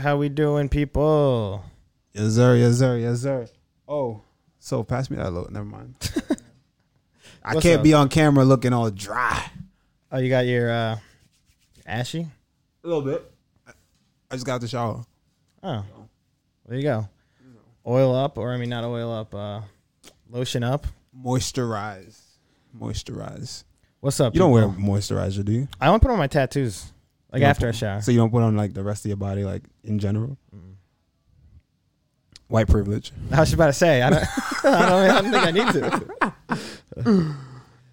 how we doing, people? Yes, sir. Yes, sir. Yes, sir. Oh, so pass me that load. Never mind. I What's can't up? be on camera looking all dry. Oh, you got your uh ashy? A little bit. I just got out the shower. Oh. There you go. Oil up or I mean not oil up, uh lotion up. Moisturize. Moisturize. What's up? You don't wear people? moisturizer, do you? I don't put on my tattoos. Like You don't after put- I shower. So you don't put on like the rest of your body, like in general. White privilege. I was about to say, I don't I don't, I don't think I need to.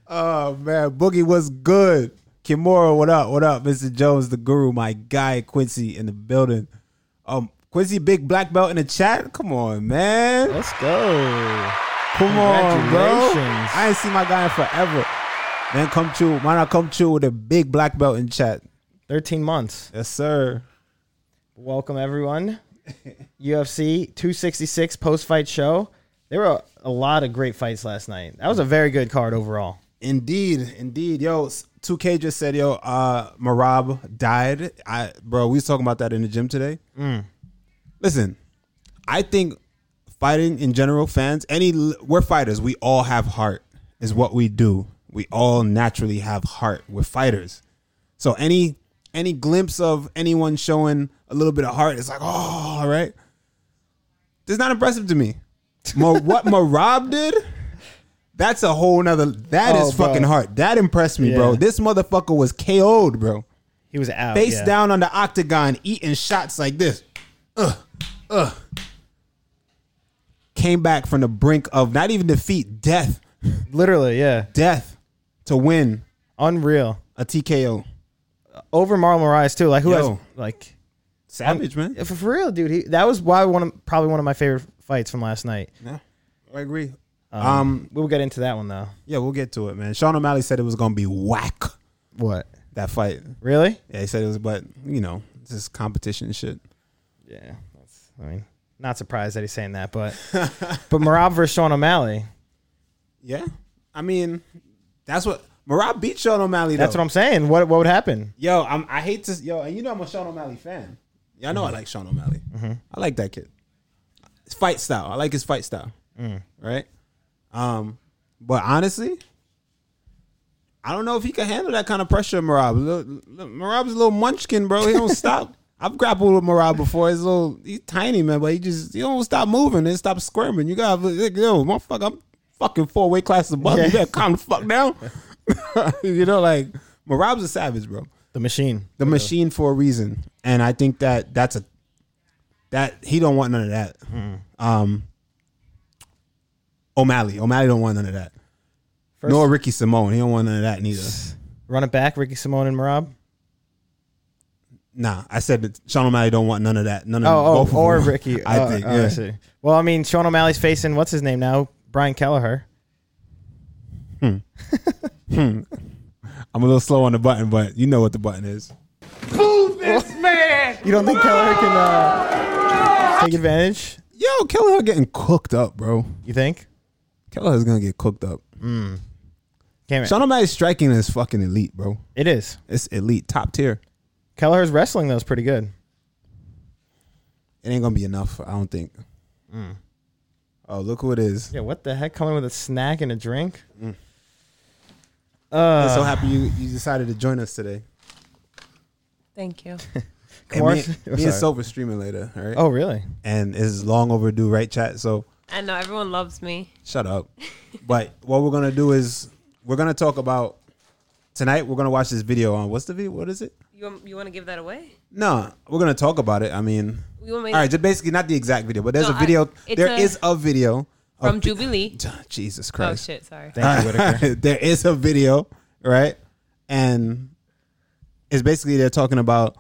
Oh man, Boogie was good. Kimura, what up? What up, Mr. Jones, the Guru, my guy Quincy in the building. Um, Quincy, big black belt in the chat. Come on, man. Let's go. Come on, bro. Congratulations. I ain't seen my guy in forever. Man, come true. Why not come true with a big black belt in chat? Thirteen months. Yes, sir. Welcome everyone. UFC 266 post fight show. There were a, a lot of great fights last night. That was a very good card overall. Indeed, indeed. Yo, 2K just said, yo, uh, Marab died. I bro, we was talking about that in the gym today. Listen, I think fighting in general, fans, any we're fighters. We all have heart, is what we do. We all naturally have heart. We're fighters. So any any glimpse of anyone showing a little bit of heart is like, oh, all right. That's not impressive to me. Ma- what Marab did, that's a whole nother. That is Oh, bro. fucking heart. That impressed me, bro. Yeah. This motherfucker was KO'd, bro He was out. face yeah. down on the octagon, eating shots like this. Ugh, ugh. Came back from the brink of not even defeat, death, Literally, yeah. death, to win Unreal. a TKO. Over Marlon Moraes too. Like who Yo. has like Savage man. for, for real, dude. He, that was why one of, probably one of my favorite fights from last night. Yeah, I agree. Um, We'll get into that one though. yeah, we'll get to it, man. Sean O'Malley said it was gonna be whack What? that fight. Really? Yeah, he said it was, but you know, it's just competition and shit. Yeah. That's, I mean, not surprised that he's saying that, but but Marab versus Sean O'Malley. Yeah, I mean, that's what Marab beat Sean O'Malley. That's though. what I'm saying. What what would happen? Yo, I'm, I hate to. Yo, and you know I'm a Sean O'Malley fan. Y'all know I like Sean O'Malley. I like that kid. His fight style. I like his fight style. Right. Um, but honestly, I don't know if he can handle that kind of pressure. Marab, Lil- Lil- Marab's a little munchkin, bro. He don't stop. I've grappled with Marab before. He's a little, he's tiny, man, but he just he don't stop moving and stop squirming. You gotta, like, yo, motherfucker, I'm fucking four weight classes above you. Yeah. You better calm the fuck down. you know, like Marab's a savage, bro The machine. the machine for a reason, and I think that that's a that he don't want none of that. Hmm. Um, O'Malley, O'Malley don't want none of that. First- Nor Ricky Simone, he don't want none of that neither. Run it back, Ricky Simone and Marab. Nah, I said that Sean O'Malley don't want none of that. None of Oh, both oh of or them. Ricky. I Oh, think. oh, yeah. see. Well, I mean, Sean O'Malley's facing what's his name now? Brian Kelleher. I'm a little slow on the button, but you know what the button is. You don't think Kelleher can uh, take advantage? Yo, Kelleher getting cooked up, bro. You think? Kelleher's gonna get cooked up. Can't Sean O'Malley's striking is fucking elite, bro. it is. It's elite, top tier. Kelleher's wrestling though is pretty good. It ain't gonna be enough. I don't think. Hmm. Oh, look who it is! Yeah, what the heck? Coming with a snack and a drink? I'm Uh, so happy you, you decided to join us today. Thank you. And me, Kamar- me and Sorry. Silver streaming later, all right? oh, really? And it's long overdue, right, chat? So I know everyone loves me. shut up. but what we're gonna do is we're gonna talk about tonight. We're gonna watch this video on what's the video? What is it? You want, you want to give that away? No, we're gonna talk about it. I mean, You want me all right, just basically not the exact video, but there's No, a I- video. it's There a- is a, video from of, Jubilee? Jesus Oh Christ. shit, sorry. Thank you, Whitaker. there is a video, right? And it's basically they're talking about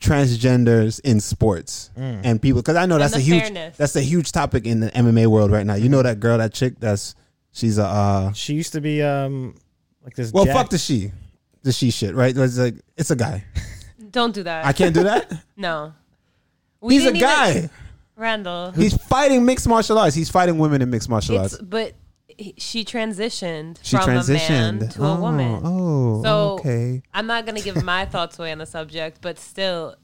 transgenders in sports and people because I know that's the a huge fairness. that's a huge topic in the MMA world right now. You know that girl, that chick, that's she's a uh, She used to be um like this. well, jack- fuck the she, the she shit, right? It's like it's a guy. Don't do that. I can't do that. No. We He's a didn't guy. even- Randall. He's fighting mixed martial arts. He's fighting women in mixed martial It's arts. but he- she transitioned She from a man transitioned to a woman. Oh, So okay. I'm not gonna give my thoughts away on the subject, but still,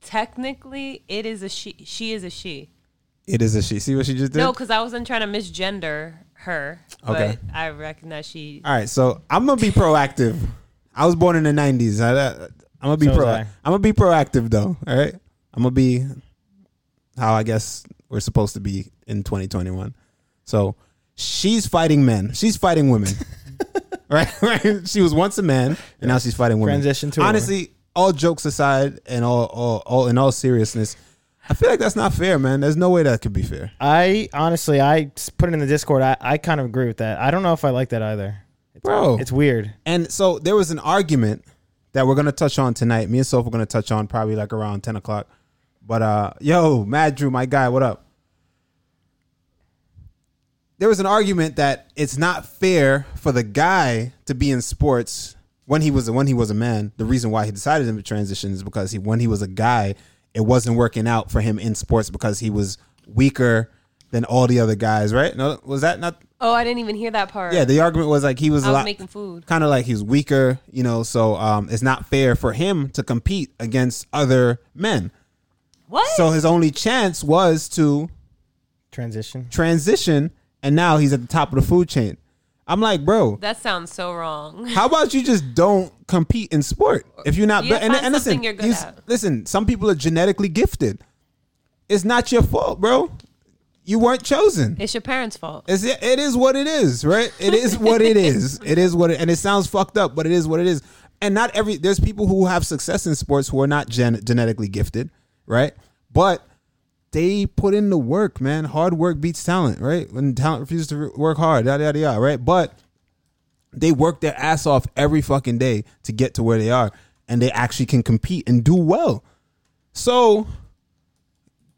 technically it is a she. She is a she. It is a she. See what she just did? No, because I wasn't trying to misgender her. Okay. But I recognize she. All right, so I'm gonna be proactive. I was born in the '90s. I, am gonna be So was pro. I. I'm gonna be proactive though. All right, I'm gonna be how I guess we're supposed to be in 2021. So she's fighting men. She's fighting women. right, right. She was once a man, and now she's fighting women. Transition to a woman. honestly. All jokes aside, and all, all, all, in all seriousness, I feel like that's not fair, man. There's no way that could be fair. I honestly, I s- put it in the Discord. I, I kind of agree with that. I don't know if I like that either. It's, Bro. it's weird. And so there was an argument that we're gonna touch on tonight. Me and Soph are gonna touch on probably like around ten o'clock. But uh yo, Mad Drew, my guy, what up? There was an argument that it's not fair for the guy to be in sports when he was when he was a man. The reason why he decided to transition is because he when he was a guy, it wasn't working out for him in sports because he was weaker than all the other guys, right? No, was that not Oh, I didn't even hear that part. yeah, the argument was like he was I a was lot making food. kind of like he's weaker, you know. So um, it's not fair for him to compete against other men. What? So his only chance was to Transition. transition, and now he's at the top of the food chain. I'm like, bro, that sounds so wrong. how about you just don't compete in sport if you're not? Yeah, be- and, find and listen, something you're good he's- at. listen. Some people are genetically gifted. It's not your fault, bro. You weren't chosen. It's your parents' fault. It's, it is what it is, right? It is what it is. It is what it, and it sounds fucked up, but it is what it is. And not every there's people who have success in sports who are not gen, genetically gifted, right? But they put in the work, man. Hard work beats talent, right? When talent refuses to work hard, yada yada yada, right? But they work their ass off every fucking day to get to where they are, and they actually can compete and do well. So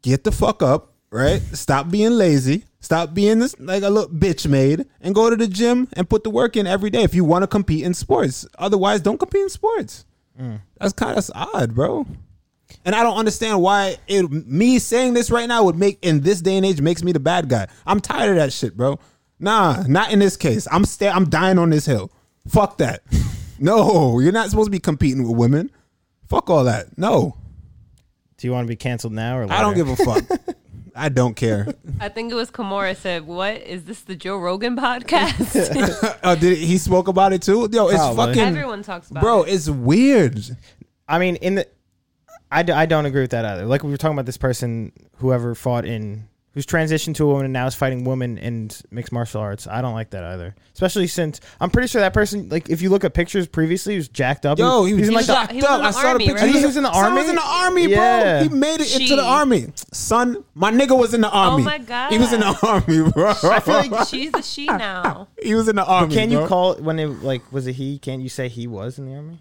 get the fuck up, right? Stop being lazy. Stop being this like a little bitch made and go to the gym and put the work in every day if you want to compete in sports. Otherwise, don't compete in sports. That's kind of that's odd, bro. And I don't understand why it me saying this right now would make in this day and age makes me the bad guy. I'm tired of that shit, bro. Nah, not in this case. I'm sta- I'm dying on this hill. Fuck that. No, you're not supposed to be competing with women. Fuck all that. No. Do you want to be canceled now or later? I don't give a fuck. I don't care. I think it was Kimura said, "What is this? The Joe Rogan podcast? Oh, did he spoke about it too? Yo, it's Probably. fucking Everyone talks about bro. it. It's weird. I mean, in the, I, d- I don't agree with that either. Like we were talking about this person, whoever fought in, who's transitioned to a woman and now is fighting women in mixed martial arts. I don't like that either. Especially since I'm pretty sure that person, like if you look at pictures previously, he was jacked up. Yo, he was, in was like the, jacked he was in the army, right? He was in the Son army? was in the army, Yeah. bro. He made it into She- Oh the army. Son, my nigga was in the army. my God. he was in the army, bro. I feel like. She's the she now. he was in the army. Can you bro. call it when it like was it he? Can you say he was in the army?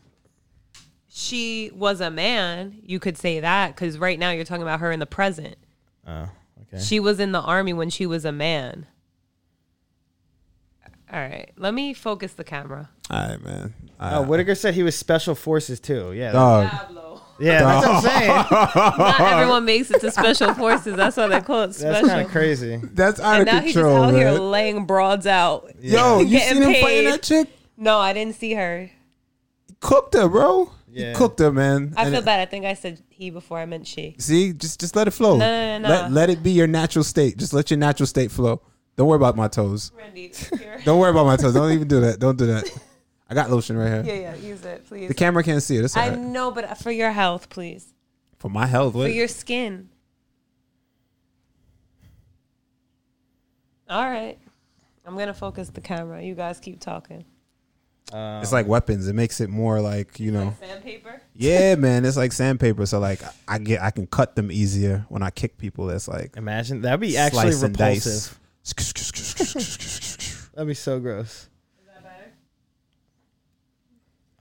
She was a man. You could say that because right now you're talking about her in the present. Oh, okay. She was in the army when she was a man. All right, let me focus the camera. All right, man. All right. Oh, Whittaker said he was special forces too. Yeah, that- Dog. Pablo. yeah, that's what I'm saying. Not everyone makes it to special forces. That's why they call it That's special. kind of crazy. That's out and of now he's just control, out here man. laying broads out. Yo, you Getting seen him fighting paid. that chick? No, I didn't see her. Cooked her, bro. Yeah. He cooked her, man. I And feel it- bad. I think I said he before I meant she. See, just just let it flow. no, no, no. Let let it be your natural state. Just let your natural state flow. Don't worry about my toes. Randy, Don't worry about my toes. Don't even do that. Don't do that. I got lotion right here. yeah, yeah, use it, please. The camera can't see it. It's all I right. know, but for your health, please. For my health, For what? your skin. All right. I'm going to focus the camera. You guys keep talking. it's like weapons. It makes it more like you know. Sandpaper? Yeah, man. It's like sandpaper. So like I get I can cut them easier when I kick people. That's like Imagine that'd be actually slice and repulsive. dice. That'd be so gross. Is that better?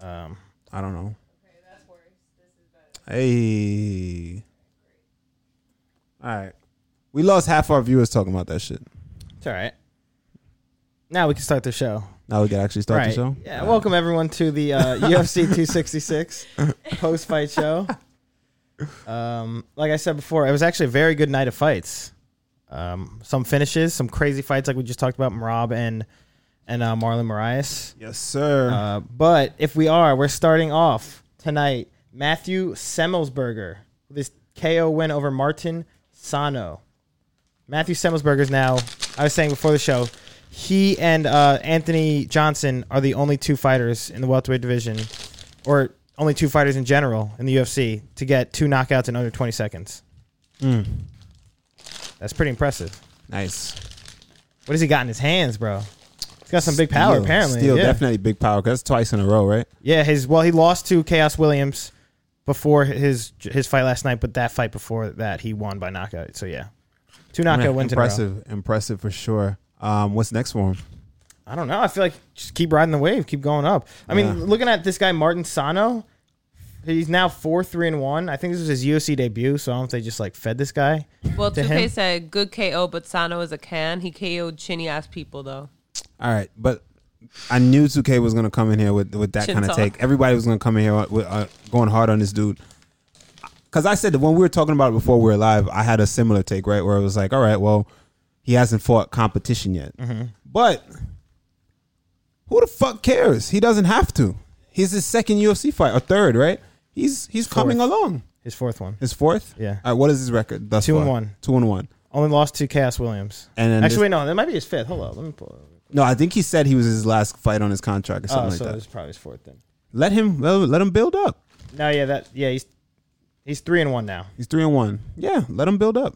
Um, I don't know. Okay, that's worse. This is better. Hey. All right. We lost half our viewers talking about that shit. it's all right. Now we can start the show. Now we can actually start right. the show. Yeah. Welcome everyone to the uh, UFC 266 post fight show. Um, like I said before, it was actually a very good night of fights. Um, some finishes, some crazy fights, like we just talked about, Marab and and uh, Marlon Marias. Yes, sir. Uh, but if we are, we're starting off tonight. Matthew Semmelsberger, who this KO win over Martin Sano. Matthew Semmelsberger is now. I was saying before the show, he and uh, Anthony Johnson are the only two fighters in the welterweight division, or only two fighters in general in the UFC to get two knockouts in under 20 seconds. Hmm. That's pretty impressive. Nice. What has he got in his hands, bro? He's got some big power, Steel. apparently. Steel, yeah. definitely big power. 'cause that's twice in a row, right? Yeah, his well, he lost to Chaos Williams before his his fight last night, but that fight before that he won by knockout. So yeah, two knockout wins in a row. impressive, impressive for sure. Um, what's next for him? I don't know. I feel like just keep riding the wave, keep going up. I mean, Yeah. looking at this guy Martin Sano, he's now four three and one. I think this was his UFC debut, so I don't know if they just like fed this guy. Well, To 2K him. said good KO, but Sano is a can. He KO'd chinny ass people though. All right, but I knew 2K was gonna come in here with with that kind of Chinsaw. take. Everybody was gonna come in here with, uh, going hard on this dude. Cause I said that when we were talking about it before we were live, I had a similar take, right? Where it was like, all right, well, he hasn't fought competition yet, Mm-hmm. but who the fuck cares? He doesn't have to. He's his second UFC fight or third, right? He's he's coming along. His fourth one, His fourth, Yeah. All right, what is his record? Thus Two and far? one. Two and one. only lost to Chaos Williams. And then Actually, this- wait, no, that might be his fifth. Hold on, let me pull. It. up. No, I think he said he was his last fight on his contract or Oh, something like so that. it's probably his fourth then. Let him let, let him build up. No, yeah, that yeah, he's he's three and one now. He's three and one. Yeah, let him build up.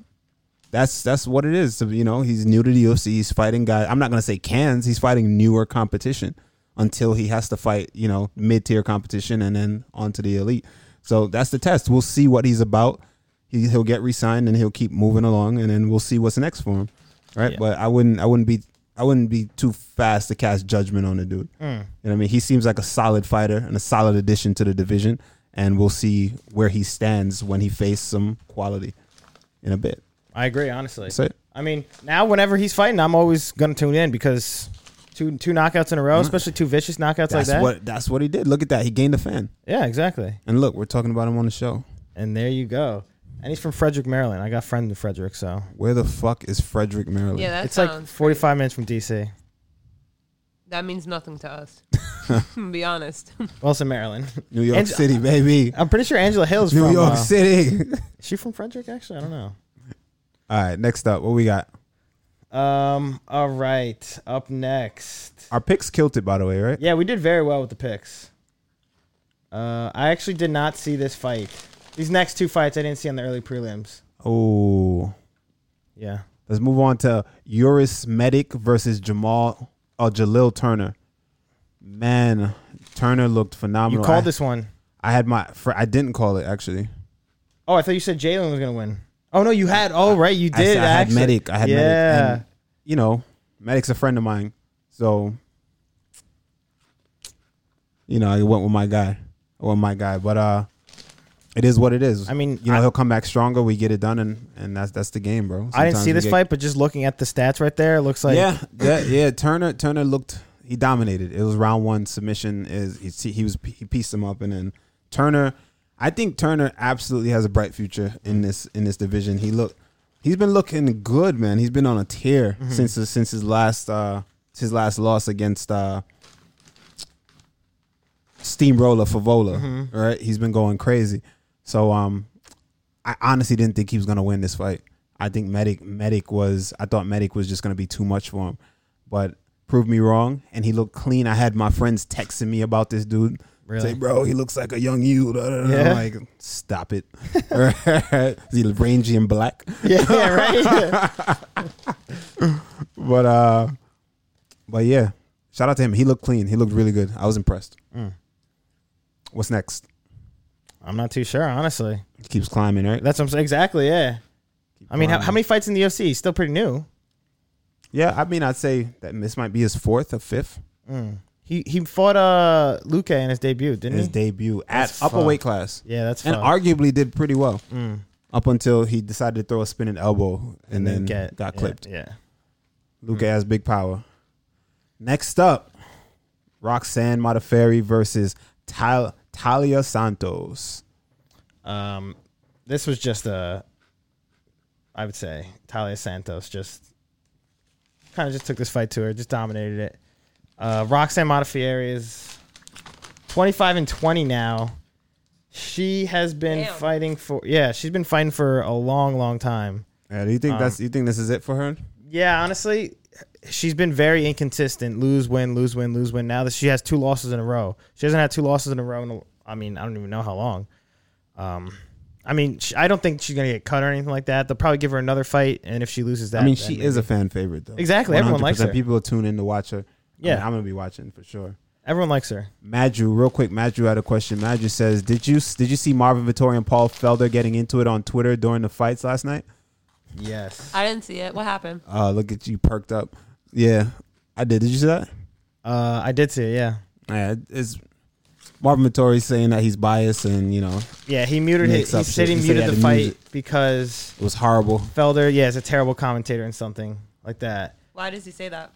That's that's what it is. So, you know, he's new to the UFC. He's fighting guys. I'm not gonna say cans. He's fighting newer competition until he has to fight you know mid tier competition and then onto the elite. So that's the test. We'll see what he's about. He, he'll get re-signed and he'll keep moving along, and then we'll see what's next for him. Right? Yeah. But I wouldn't I wouldn't be I wouldn't be too fast to cast judgment on the dude. You know what I mean? He seems like a solid fighter and a solid addition to the division, and we'll see where he stands when he faces some quality in a bit. I agree, honestly. That's it. I mean, now whenever he's fighting, I'm always gonna tune in because two two knockouts in a row, especially two vicious knockouts like Mm. That's that. what that's what he did. Look at that. He gained a fan. yeah, exactly. And look, we're talking about him on the show. And there you go. And he's from Frederick, Maryland. I got a friend in Frederick, so Where the fuck is Frederick Maryland? Yeah, that it's sounds like 45 minutes from DC. That means nothing to us. be honest. Well, it's in Maryland. New York And- City, baby. I'm pretty sure Angela Hill's New from. York uh, City. is she from Frederick? Actually, I don't know. All right, next up, what we got? Um. All right. Up next. Our picks killed it, by the way, right? Yeah, we did very well with the picks. Uh, I actually did not see this fight. These next two fights I didn't see on the early prelims. Oh. Yeah. Let's move on to Uris Medic versus Jamal or Jalil Turner. Man, Turner looked You phenomenal. called I, this one. I had my. fr- I didn't call it actually. Oh, I thought you said Jalen was gonna win. Oh no, you had. Oh right, you I did. said I, had actually. Medic. I had Medic. yeah. And, you know, Medic's a friend of mine, so you know I went with my guy. I went with my guy, but uh, it is what it is. I mean, you know, I- he'll come back stronger. We get it done, and and that's that's the game, bro. I didn't Sometimes see we this get- fight, but just looking at the stats right there, it looks like yeah, yeah, yeah. Turner Turner looked he dominated. It was round one submission. Is he, he was he pieced him up and then Turner. I think Turner absolutely has a bright future in this in this division. He looked he's been looking good, man. He's been on a tear since his- since his last uh his last loss against uh Steamroller Favola. Mm-hmm. Right, he's been going crazy. So um, I honestly didn't think he was gonna win this fight. I think Medic Medic was I thought Medic was just gonna be too much for him. But proved me wrong and he looked clean. I had my friends texting me about this dude. Really? Say, bro, he looks like a young you. Da, da, da. Yeah. I'm like, stop it. Is he rangy and black? yeah, yeah, right. Yeah. But uh but yeah. Shout out to him. He looked clean. He looked really good. I was impressed. Mm. What's next? I'm not too sure, honestly. Keeps climbing, right? That's what I'm saying. Exactly. Yeah. I mean, how, climbing. how many fights in the UFC? He's still pretty new. Yeah, I mean I'd say that this might be his fourth or fifth. He he fought uh Luke in his debut, didn't his he? debut at Mm. That's upper fun. weight class. yeah, that's Mm. and fun. arguably did pretty well up until he decided to throw a spinning elbow and, then Get- got yeah, Mm. clipped. Yeah. Luke has big power. Next up, Roxanne Modafferi versus Tal- Talia Santos. Um, this was just a, I would say Talia Santos just kind of just took this fight to her, just dominated it. Uh, Roxanne Modafferi is 25 and 20 now. She has been Damn. fighting for yeah, she's been fighting for a long, long time. Yeah, Uh, do you think Um, that's you think this is it for her? Yeah, honestly, she's been very inconsistent. Lose, win, lose, win, lose, win. Now that she has two losses in a row, she hasn't had two losses in a row. In a, I mean, I don't even know how long. Um, I mean, sh I don't think she's gonna get cut or anything like that. They'll probably give her another fight, and if she loses that, I mean, then she maybe- is a fan favorite though. Exactly, everyone likes 100% her. People will tune in to watch her. I Yeah. mean, I'm gonna be watching for sure. Everyone likes her. Madju, real quick, Madju had a question. Madju says, "Did you did you see Marvin Vittori and Paul Felder getting into it on Twitter during the fights last night?" Yes. I didn't see it. What happened? Uh, look at you perked up. Yeah, I did. Did you see that? Uh, I did see it. Yeah. Yeah, it's Marvin Vittori saying that he's biased and you know Yeah, he muted his. Mix He up said he shit. He muted said he had the to fight mute because it was horrible. Felder, yeah, is a terrible commentator and something like that. Why does he say that?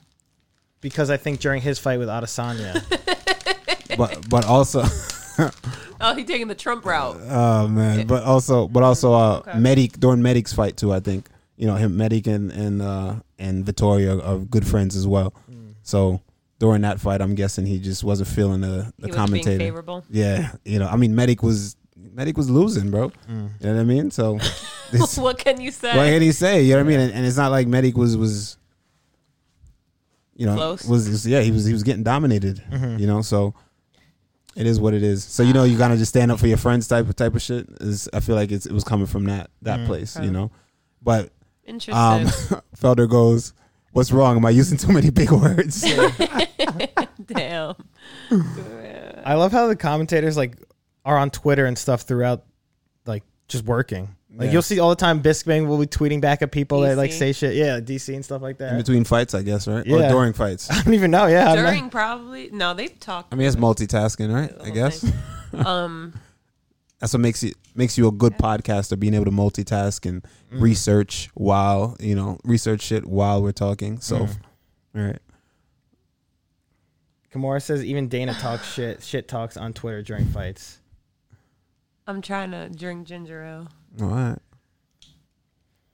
Because I think during his fight with Adesanya, but but also Oh, he taking the Trump route. oh man but also but also uh Okay. medic during medic's fight too i think you know him medic and and uh and vittoria are, are good friends as well Mm. so during that fight i'm guessing he just wasn't feeling the he the was being commentator favorable. yeah you know i mean medic was medic was losing bro Mm. you know what i mean so this, what can you say? what can he say you know what i mean and, and it's not like medic was was you know Close. Mm-hmm. was was- yeah he was he was getting dominated you know so it is what it is so you know you gotta just stand up for your friends type of type of shit is i feel like it's, it was coming from that that place you Mm-hmm. Okay. know but Interesting. um felder goes what's wrong am i using too many big words Damn. I love how the commentators like are on Twitter and stuff throughout, like just working. Like Yeah. you'll see all the time, Bisping will be tweeting back at people that like DC. say shit, yeah, DC and stuff like in that. between fights i guess right or Yeah. during fights I don't even know. Yeah, I'm not- During probably no, they've talked. i mean it's multitasking right the i whole guess thing. um, that's what makes you makes you a good podcaster being able to multitask and Mm. research while you know research shit while we're talking so Mm. all right Kimura says even Dana talks shit, shit talks on Twitter during fights. I'm trying to drink ginger ale. all right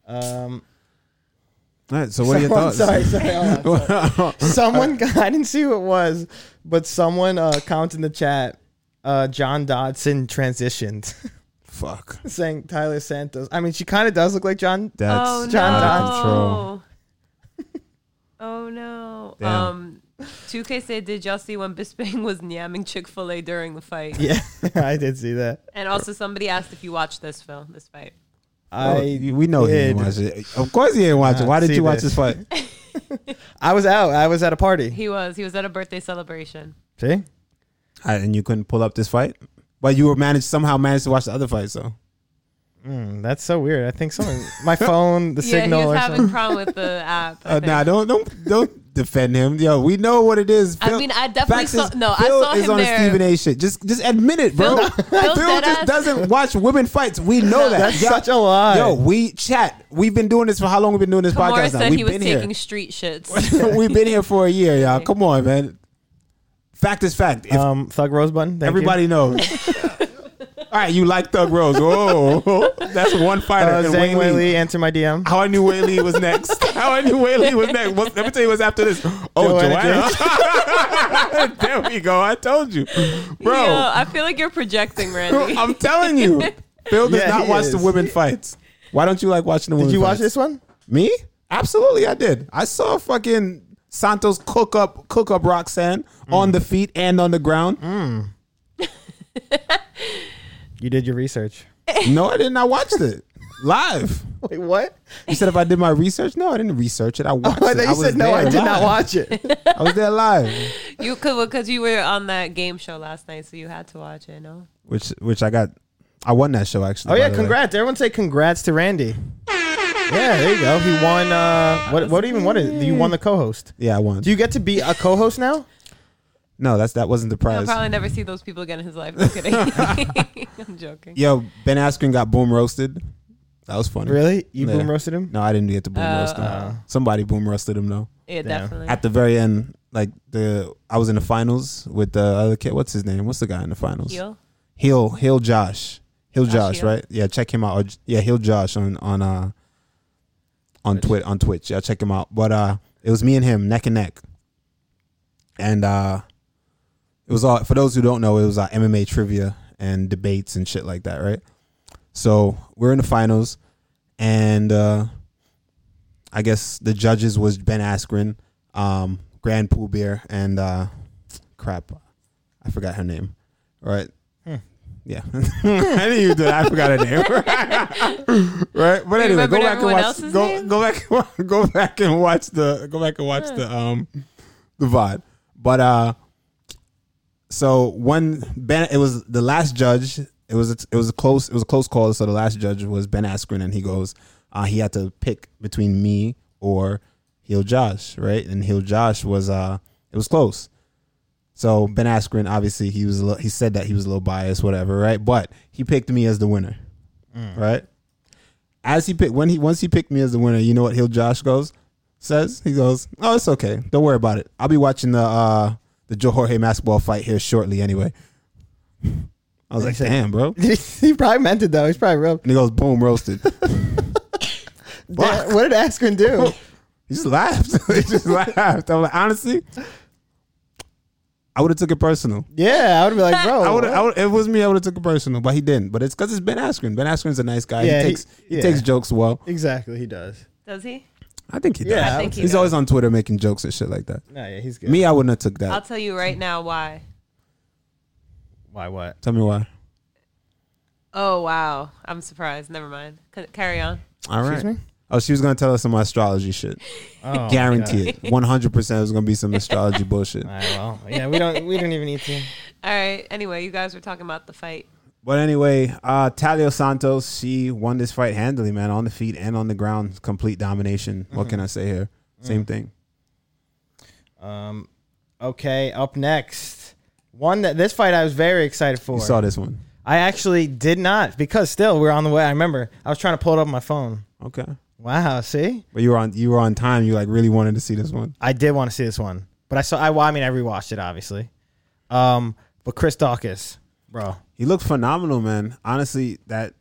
Um, all right so what are your someone- thoughts Sorry, sorry. hold on, sorry. someone got, I didn't see who it was, but someone uh, commented in the chat. Uh, John Dodson transitioned, fuck saying Tyler Santos. I mean, she kind of does look like John. that's oh John no. Don's Oh no. Damn. Um, 2K said, did y'all see when Bisping was nyamming Chick Fil A during the fight? Yeah, I did see that. And also somebody asked if you watched this film, this fight. Oh, I you- we know he did. didn't watch it of course he didn't watch it Nah, why did see you watch this. this fight I was out. I was at a party. He was he was at a birthday celebration. See? All right, and you couldn't pull up this fight but you were managed somehow managed to watch the other fight so Mm, that's so weird. I think someone my phone, the yeah, signal he or was having something. problem with the app. I uh, nah think. don't don't don't defend him yo we know what it is I Phil- mean, I definitely Facts saw. is- No, I Phil saw is him on there. a Stephen A. shit. Just just admit it, bro. Phil- Phil Phil just deadass- doesn't watch women fights. We know that. That's Yo- such a lie. Yo, we chat. We've been doing this for how long? We've been doing this Kamara podcast now. said We've he was been taking here. street shits. We've been here for a year, y'all. Come on, man. Fact is fact. If um, Thug Rose button. Thank you. everybody knows. All right, you like Thug Rose? Whoa, that's one fighter. Uh, And Zhang Wei Wei Li. Li, answer my DM. How I knew Whaley was next. How I knew Whaley was next. What- let me tell you what's after this. Oh, Joanna Joanna. there we go. I told you, bro. Yo, I feel like you're projecting, Randy. I'm telling you, Phil does Yeah, not he watch the is. women fights. Why don't you like watching the Did women? you watch fights? this one? Me? Absolutely, I did. I saw fucking Santos cook up cook up Roxanne Mm. on the feet and on the ground. You did your research. No, I did not watch it live. Wait, what? You said if I did my research? No, I didn't research it. I watched I it. thought you was said no. there I did not live. watch it. I was there live, you could because you were on that game show last night, so you had to watch it. No, which which I got. I won that show actually. Oh by yeah, the way. congrats! Everyone say congrats to Randy. Yeah, there you go. He won. Uh, what? What even? What is? You won the co-host. Yeah, I won. Do you get to be a co-host now? no, that's that wasn't the he'll prize. probably never see those people again in his life. I'm kidding. I'm joking. Yo, Ben Askren got boom roasted. That was funny. Really? You Yeah. boom roasted him? No, I didn't get to boom Oh, roast him. oh. Somebody boom roasted him though. Yeah, definitely. At the very end, like the I was in the finals with the other kid. What's his name? What's the guy in the finals? Heel? Hill Hill Josh. Hill Josh, Hill. right? Yeah, check him out. Or, yeah, Hill Josh on on uh on Twitch on Twitch. Yeah, check him out. But uh it was me and him neck and neck. And uh it was all for those who don't know, it was uh, MMA trivia and debates and shit like that, right? So we're in the finals, and uh, I guess the judges was Ben Askren, um, Grand Pooh Beer, and uh, crap, I forgot her name. All right. Hmm. Yeah, I knew you did. I forgot her name. right, but anyway, go remembered back and everyone watch. else's Go, name? go back, and wa- go back and watch the. Go back and watch the um, the VOD. But uh, so one Ben, it was the last judge. It was it was a close it was a close call. So the last judge was Ben Askren, and he goes, uh, he had to pick between me or Heel Josh, right? And Heel Josh was uh, it was close. So Ben Askren, obviously, he was a little, he said that he was a little biased, whatever, right? But he picked me as the winner, right? As he picked when he once he picked me as the winner, you know what Hill Josh goes says he goes, "Oh, it's okay, don't worry about it. I'll be watching the uh the Joe Jorge basketball fight here shortly anyway." I was like, "Damn, bro!" And he probably meant it though. He's probably real. he goes, "Boom, roasted." What did Askren do? He just laughed. he just laughed. I'm like, honestly, I would have took it personal. Yeah, I would be like, bro. I would, I would, if it was me, I would have took it personal, but he didn't. But it's because it's Ben Askren. Ben Askren's a nice guy. Yeah, he he- takes he, yeah. takes jokes well. exactly, he does. Does he? I think he does. Yeah, I think he he's does. always on Twitter making jokes and shit like that. No, yeah, he's good. Me, I wouldn't have took that. I'll tell you right now why. Why? What? Tell me why. Oh wow, I'm surprised. Never mind. C- carry on. All right. Excuse me? Oh, she was gonna tell us some astrology shit. Oh, Guarantee it. One hundred percent. It was gonna be some astrology bullshit. God. All right, well, yeah, we don't. We don't even need to. All right. Anyway, you guys were talking about the fight. But anyway, uh, Talia Santos, she won this fight handily, man, on the feet and on the ground, complete domination. Mm-hmm. What can I say here? Same thing. Um, okay, up next, one that this fight I was very excited for. You saw this one. I actually did not because still we're on the way. I remember I was trying to pull it up on my phone. Okay. Wow, see, But you were on you were on time. You like really wanted to see this one. I did want to see this one, but I saw. I, well, I mean, I rewatched it obviously. Um, but Chris Dawkins, bro, He looked phenomenal, man. Honestly, that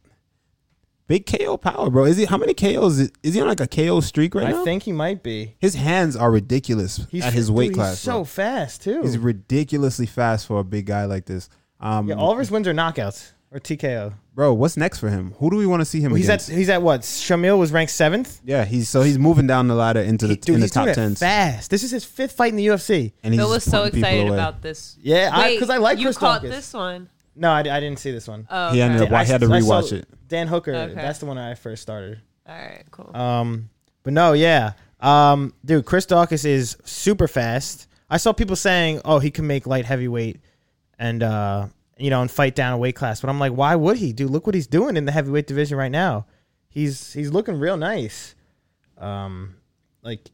big KO power, bro. Is he how many KOs is, is he on like a KO streak right now? I think he might be. his hands are ridiculous at his weight dude, class. He's so bro. fast too. he's ridiculously fast for a big guy like this. Um, yeah, all of his wins are knockouts or TKO. bro, what's next for him? Who do we want to see him? He's at against? he's at what? Shamil was ranked seventh. yeah, he's so he's moving down the ladder into the Dude, in the he's doing top it tens, fast. This is his fifth fight in the UFC. and he's Bill was just so punting people excited away. about this. Yeah, I- Wait, 'cause I like you Chris caught Dawkins. this one. No, I, I didn't see this one. Oh, He ended okay. up- I had to I rewatch saw it. Dan Hooker. Okay. That's the one I first started. All right, cool. Uh, Um, but no, yeah, um, dude, Chris Dawkins is super fast. I saw people saying, "Oh, he can make light heavyweight," and uh, you know, and fight down a weight class. But I'm like, why would he? Dude, look what he's doing in the heavyweight division right now. He's he's looking real nice. Um, like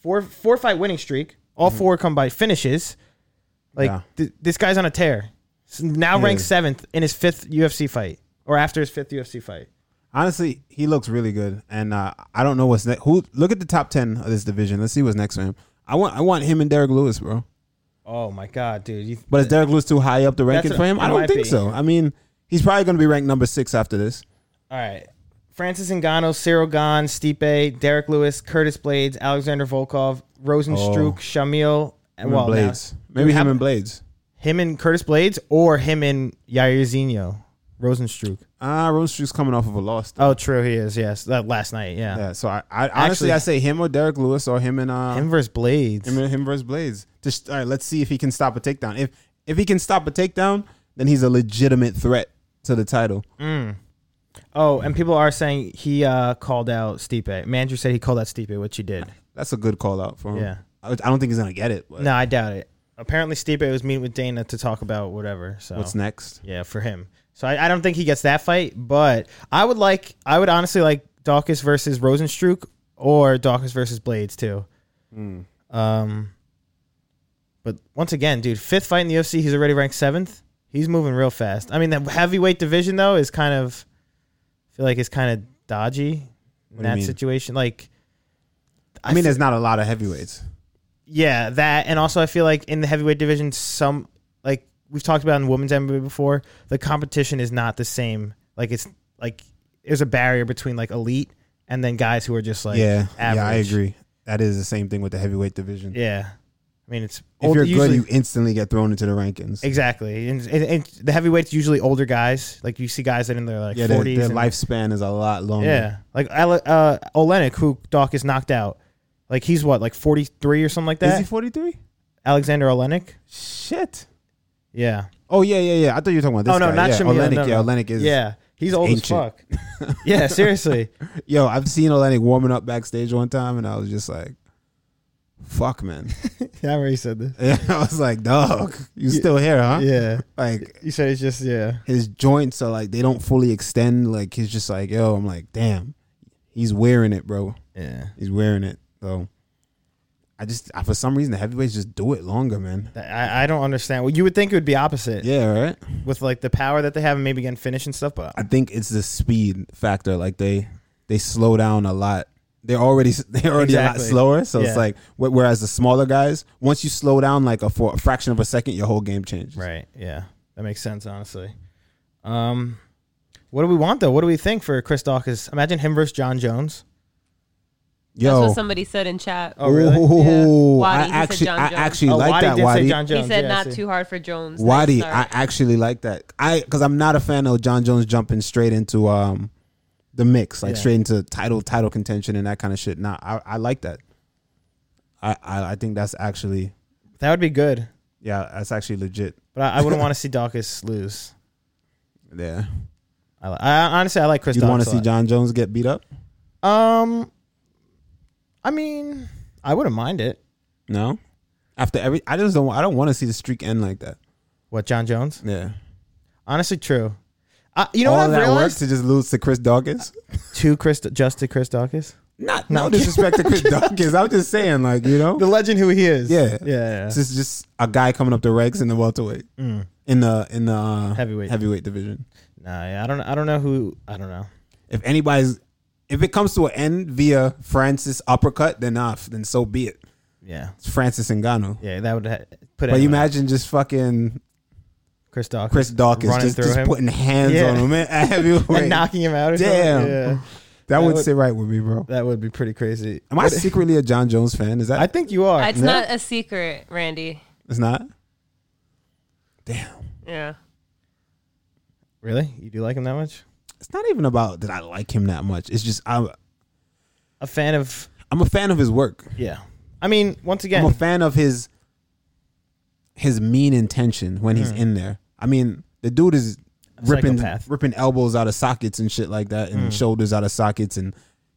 four four fight winning streak. All four come by finishes. Like Yeah. th- this guy's on a tear. S- Now Yeah. ranked seventh in his fifth UFC fight, or after his fifth UFC fight. Honestly, he looks really good, and uh, I don't know what's next. Who look at the top ten of this division? Let's see what's next for him. I want I want him and Derek Lewis, bro. Oh my god, dude! You, But is Derek Lewis too high up the ranking what- for him? it I don't might think be. so. I mean, he's probably going to be ranked number six after this. All right. Francis Ngannou, Cyril Gahn, Stipe, Derek Lewis, Curtis Blades, Alexander Volkov, Rosenstruck, Oh. Shamil, and Him well, and Blades. now- Maybe Dude, him how- and Blades. him and Curtis Blades, or him and Yair Zinho, Rosenstruck. Ah, uh, Rosenstruck's coming off of a loss. though. Oh, true, he is. Yes, that last night. Yeah, Yeah, so I, I honestly Actually- I say him or Derek Lewis or him and uh, him versus Blades. him, and- him versus Blades. Just all right, let's see if he can stop a takedown. If if he can stop a takedown, then he's a legitimate threat to the title. oh, and people are saying he uh, called out Stipe. Manager said he called out Stipe, which he did. That's a good call out for him. Yeah. I, I don't think he's gonna get it. But No, I doubt it. Apparently, Stipe was meeting with Dana to talk about whatever. So What's next? Yeah, for him. So I, I don't think he gets that fight, but I would like I would honestly like Dawkins versus Rosenstruck or Dawkins versus Blades too. Hmm. Um but once again, dude, fifth fight in the UFC, he's already ranked seventh. He's moving real fast. I mean, that heavyweight division though is kind of I feel like it's kind of dodgy do you in that mean? situation. Like I mean, feel- there's not a lot of heavyweights. yeah, that, and also I feel like in the heavyweight division, some like we've talked about in women's MMA before, the competition is not the same. Like it's like there's a barrier between like elite and then guys who are just like yeah, average. yeah, I agree. That is the same thing with the heavyweight division. Yeah, I mean, it's If old- you're good, usually- you instantly get thrown into the rankings. exactly. And, and, and the heavyweight's usually older guys. Like you see guys that in their like yeah, their, 40s. their and- lifespan is a lot longer. Yeah, like Ale- uh, Olenek, who Doc is knocked out. Like he's what, like 43 or something like Is that. he 43? Alexander Olenek. Shit. Yeah. Oh yeah, yeah, yeah. I thought you were talking about this. oh no, guy. not yeah, Shimmy. Olenek, no, yeah, no. Olenek is. Yeah, he's old ancient. as fuck. yeah, seriously. Yo, I've seen Olenek warming up backstage one time, and I was just like, "Fuck, man." Yeah, I already said this. And I was like, "Dog, you still here, huh?" Yeah, Like you said it's just yeah. his joints are like they don't fully extend. Like he's just like, "Yo," I'm like, "Damn, he's wearing it, bro. Yeah. He's wearing it." So I just, I, for some reason, the heavyweights just do it longer, man. I, I don't understand. Well, you would think it would be opposite Yeah, right. with like the power that they have and maybe getting finished and stuff, but I think it's the speed factor. Like they they slow down a lot. They're already they're already a Exactly. lot slower. So Yeah. it's like wh- whereas the smaller guys, once you slow down like a for a fraction of a second, your whole game changes. right. Yeah, that makes sense honestly. Um, what do we want though? What do we think for Chris Dawkins? Imagine him versus John Jones. That's Yo, what somebody said in chat. Oh, really? Ooh, Yeah. I Wadi, he said actually John I Jones. actually Oh, like Waddy that. did say Wadi. John he Jones. said yeah, I not see. too hard for Jones. Nice Wadi, start. I actually like that. I because I'm not a fan of John Jones jumping straight into um the mix, like Yeah. straight into title title contention and that kind of shit. Nah, I, I like that. I, I I think that's actually That would be good, yeah, that's actually legit. but I, I wouldn't want to see Dawkins lose. Yeah. I, li- I honestly I like Chris. You want Dawkins to a see lot. John Jones get beat up? Um, I mean, I wouldn't mind it. No. After every, I just don't. I don't want to see the streak end like that. What John Jones? Yeah. Honestly, true. Uh, you know All what I've that work realized? to just lose to Chris Dawkins. To Chris, just to Chris Dawkins, Not no disrespect to Chris Dawkins. I'm just saying, like you know, the legend who he is. Yeah. yeah. yeah. this is just a guy coming up the ranks in the welterweight, in the in the uh, Heavyweight. heavyweight division. Nah, yeah, I don't. I don't know who. I don't know. If anybody's, if it comes to an end via Francis uppercut, then off, then so be it. Yeah, It's Francis Ngannou. yeah, that would ha- put. But you anyone- imagine just fucking Chris Dawkins, Chris Dawkins running just, through just him putting hands Yeah. on him at heavyweight. and knocking him out. Or Damn. something. Yeah, That, would would- sit right with me, bro. that would be pretty crazy. Am I secretly a John Jones fan? Is that I think you are. It's No. not a secret, Randy. it's not? Damn. Yeah. really? You do like him that much? It's not even about that I like him that much. It's just I'm A fan of? I'm a fan of his work. Yeah. I mean, once again, I'm a fan of his his mean intention when he's in there. I mean, the dude is ripping Mm. psychopath. Mm. ripping elbows out of sockets and shit like that and shoulders out of sockets and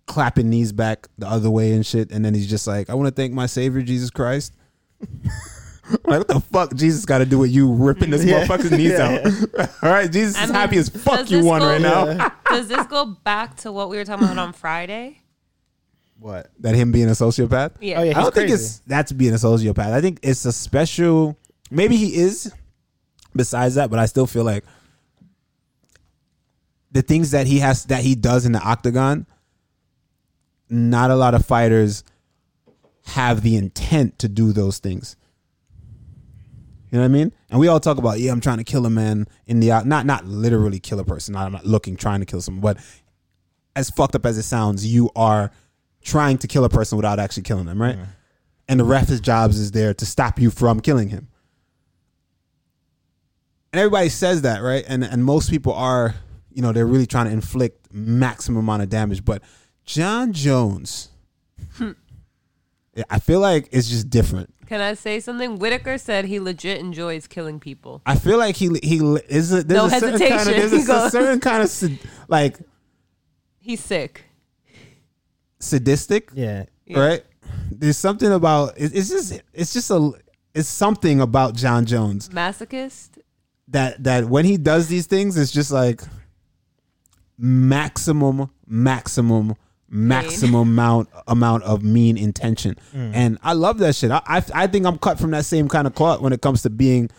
clapping knees back the other way and shit and then he's just like, I want to thank my savior Jesus Christ. like what the fuck Jesus got to do with you ripping this Yeah. motherfucker's knees Yeah, out. All right, Jesus I is mean, happy as fuck does you this won go- right now. Does this go back to what we were talking about on Friday? what? That him being a sociopath? Yeah. Oh yeah, he's I don't crazy. think it's that's being a sociopath. I think it's a special. Maybe he is. Besides that, but I still feel like the things that he has that he does in the octagon. Not a lot of fighters have the intent to do those things. You know what I mean? And we all talk about, yeah, I'm trying to kill a man in the oct- not not literally kill a person. Not, I'm not looking trying to kill someone, but as fucked up as it sounds, you are trying to kill a person without actually killing them, right? And the ref's jobs is there to stop you from killing him. And everybody says that, right? And and most people are, you know, they're really trying to inflict maximum amount of damage. But John Jones, yeah, I feel like it's just different. Can I say something? Whitaker said he legit enjoys killing people. I feel like he he is a, there's No a certain kind of hesitation. there's He a, goes- certain kind of sed- like He's sick. sadistic Yeah. Yeah. right? There's something about it, it's just it's just a it's something about John Jones Masochist? that that when he does these things, it's just like maximum, maximum, maximum amount amount of mean intention, and I love that shit. I, I I think I'm cut from that same kind of cloth when it comes to being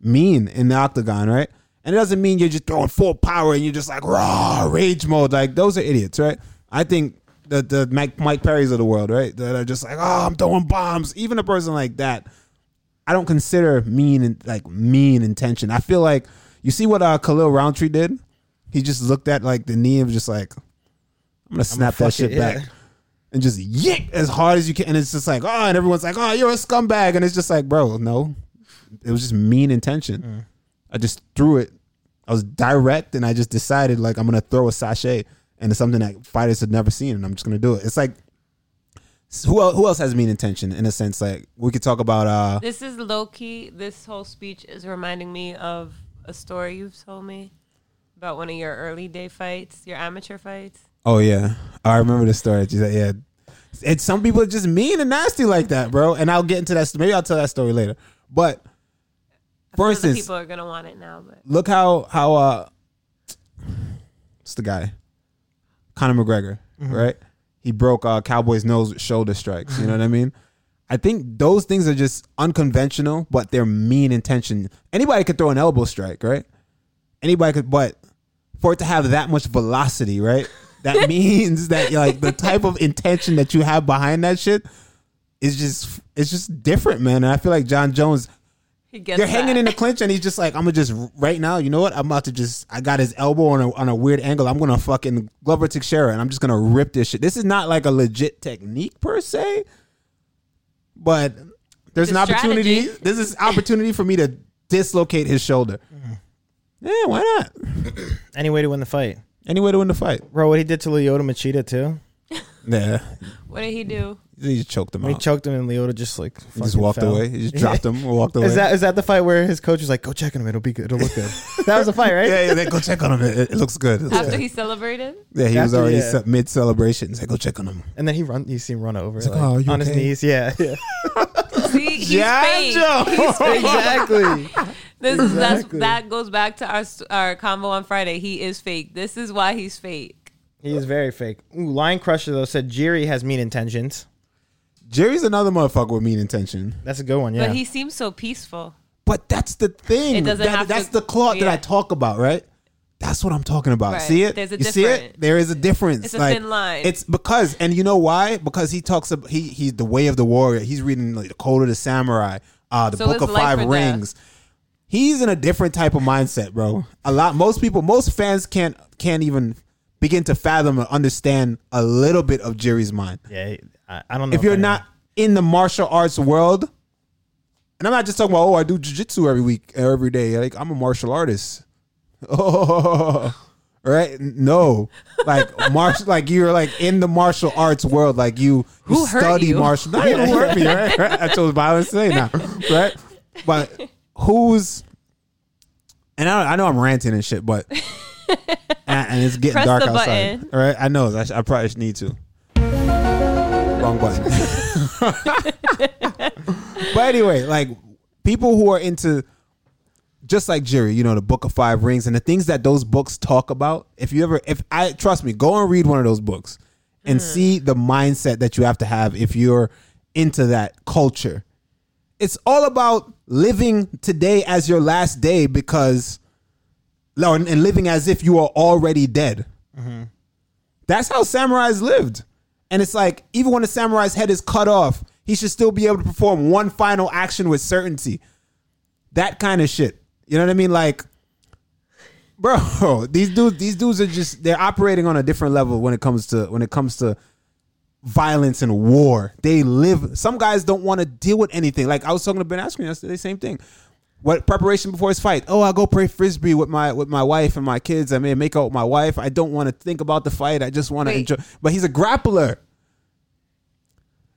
mean in the octagon, right? And it doesn't mean you're just throwing full power and you're just like raw rage mode. Like those are idiots, right? I think the the Mike, Mike Perry's of the world, right? That are just like, oh, I'm throwing bombs. Even a person like that, I don't consider mean and like mean intention. I feel like you see what uh, Khalil Roundtree did. He just looked at like the knee and was just like, I'm gonna snap that fuck shit it, yeah. back. and just yank as hard as you can. And it's just like, oh, and everyone's like, oh, you're a scumbag. And it's just like, bro, no. It was just mean intention. Mm. I just threw it. I was direct and I just decided like I'm gonna throw a sachet and it's something that fighters have never seen and I'm just gonna do it. It's like who else, who else has mean intention in a sense? Like we could talk about uh This is low key. This whole speech is reminding me of a story you've told me about one of your early day fights, your amateur fights. oh yeah I remember the story. She's like, yeah, and some people are just mean and nasty like that, bro. And I'll get into that. Maybe I'll tell that story later. But I for know the instance, people are gonna want it now, but look how how uh it's the guy conor mcgregor right he broke uh cowboy's nose with shoulder strikes you know what i mean i think those things are just unconventional but they're mean intention anybody could throw an elbow strike right anybody could but for it to have that much velocity right that means that like the type of intention that you have behind that shit is just it's just different man and i feel like john jones he gets they're hanging that. in a clinch, and he's just like, I'm gonna just right now. You know what? I'm about to just. I got his elbow on a on a weird angle. I'm gonna fucking Glover Teixeira, and I'm just gonna rip this shit. This is not like a legit technique per se, but there's an It's a opportunity. strategy. This is opportunity for me to dislocate his shoulder. Mm-hmm. Yeah, why not? Any way to win the fight, Any way to win the fight? bro. What he did to Leota Machida too. Nah, What did he do? he just choked him He out. choked him, and Leota just like He just fucking walked fell. away. He just dropped him. and Walked away. Is that is that the fight where his coach was like, "Go check on him. It'll be good. It'll look good." that was the fight, right? yeah, yeah, they go check on him. It, it looks good. It looks After good. he celebrated, yeah, he was After- already yeah. mid celebration. He's like, go check on him. And then he run. You see him run over, like, like, "Oh, you on his okay?" knees. Yeah, yeah. see, he's John fake. Jones. He's fake. exactly. This is that's, Exactly. that goes back to our s- our convo on Friday. He is fake. This is why he's fake. He is very fake. Ooh, Lion Crusher though said Jiri has mean intentions. Jerry's another motherfucker with mean intention. That's a good one. Yeah. But he seems so peaceful. But that's the thing. It doesn't That- have that's to- the cloth that yeah. I talk about, right? That's what I'm talking about. Right. See it? There's a you see difference. it? There is a difference. It's a thin line. It's because, and you know why? Because he talks about he he's the way of the warrior. He's reading like the Code of the Samurai, uh, the So Book it's of life Five or death. Rings. He's in a different type of mindset, bro. A lot, most people, most fans can't can't even begin to fathom or understand a little bit of Jerry's mind yeah. I, I don't know. if you're anyone- not in the martial arts world, and I'm not just talking about oh I do jujitsu every week or every day. Like I'm a martial artist. Oh, right? No, like martial, like you're like in the martial arts world. Like you, you Who hurt study you? martial. Not even hurt me, right? right? I chose violence today now, right? But who's and I, I know I'm ranting and shit, but and, and it's getting Press dark the outside. button. All right, I know. I, sh- I probably should need to. Wrong button. but anyway, like people who are into just like Jerry, you know, the Book of Five Rings and the things that those books talk about. If you ever, if I trust me, go and read one of those books Hmm. and see the mindset that you have to have if you're into that culture. It's all about living today as your last day because, no, and and living as if you are already dead. That's how samurais lived. And it's like, even when a samurai's head is cut off, he should still be able to perform one final action with certainty. That kind of shit. You know what I mean? Like, bro, these dudes, these dudes are just they're operating on a different level when it comes to when it comes to violence and war. They live some guys don't want to deal with anything. Like I was talking to Ben Askren yesterday, same thing. What preparation before his fight? Oh, I'll go play frisbee with my with my wife and my kids. I may make out with my wife. I don't want to think about the fight. I just want to Wait. enjoy. But he's a grappler.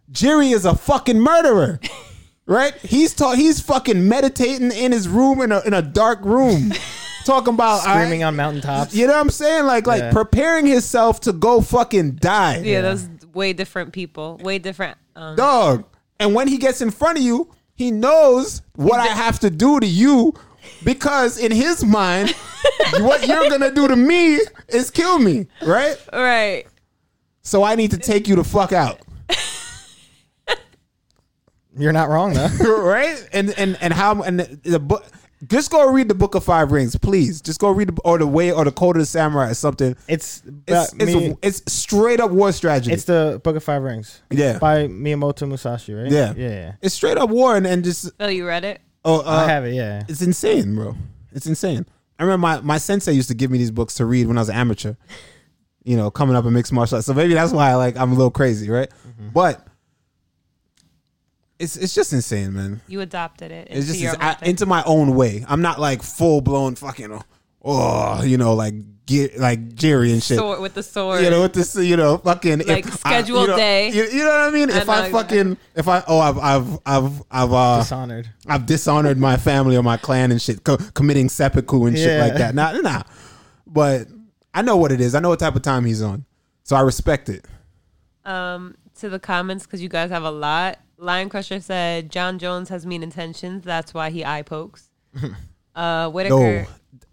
Jerry is a fucking murderer. Right? He's ta- he's fucking meditating in his room in a in a dark room. talking about screaming I- on mountaintops. You know what I'm saying? Like like Yeah. preparing himself to go fucking die. Yeah, those way different people, way different. Um, Dog. And when he gets in front of you, he knows what I have to do to you because in his mind, what you're gonna do to me is kill me, right? right. So I need to take you the fuck out. You're not wrong though. right? And and and how and the, the book. Just go read the Book of Five Rings, please. Just go read the, or the way or the Code of the Samurai or something. It's It's but it's, me- it's straight up war strategy. It's the Book of Five Rings. Yeah. By Miyamoto Musashi, right? yeah, Yeah. yeah. It's straight up war and, and just Phil, you read it? oh, uh, I have it, yeah. it's insane, bro. It's insane. I remember my, my sensei used to give me these books to read when I was an amateur. you know, coming up in mixed martial arts. So maybe that's why like I'm a little crazy, right? Mm-hmm. But it's it's just insane, man. You adopted it. Into It's just your it's- own I, thing. into my own way. I'm not like full blown fucking oh, you know, like get like Jerry and shit. Sword- with the sword. you know, with this, you know, fucking if Like, I- you scheduled know- day. You, you know what I mean? I if I know. fucking, if I, oh, I've, I've, I've, I've, uh, Dishonored. I've dishonored my family or my clan and shit, co- committing seppuku and shit Yeah. like that. Nah, nah. But I know what it is. I know what type of time he's on, so I respect it. um, to the comments because you guys have a lot. Lion Crusher said John Jones has mean intentions. That's why he eye pokes. uh, No, Whitaker.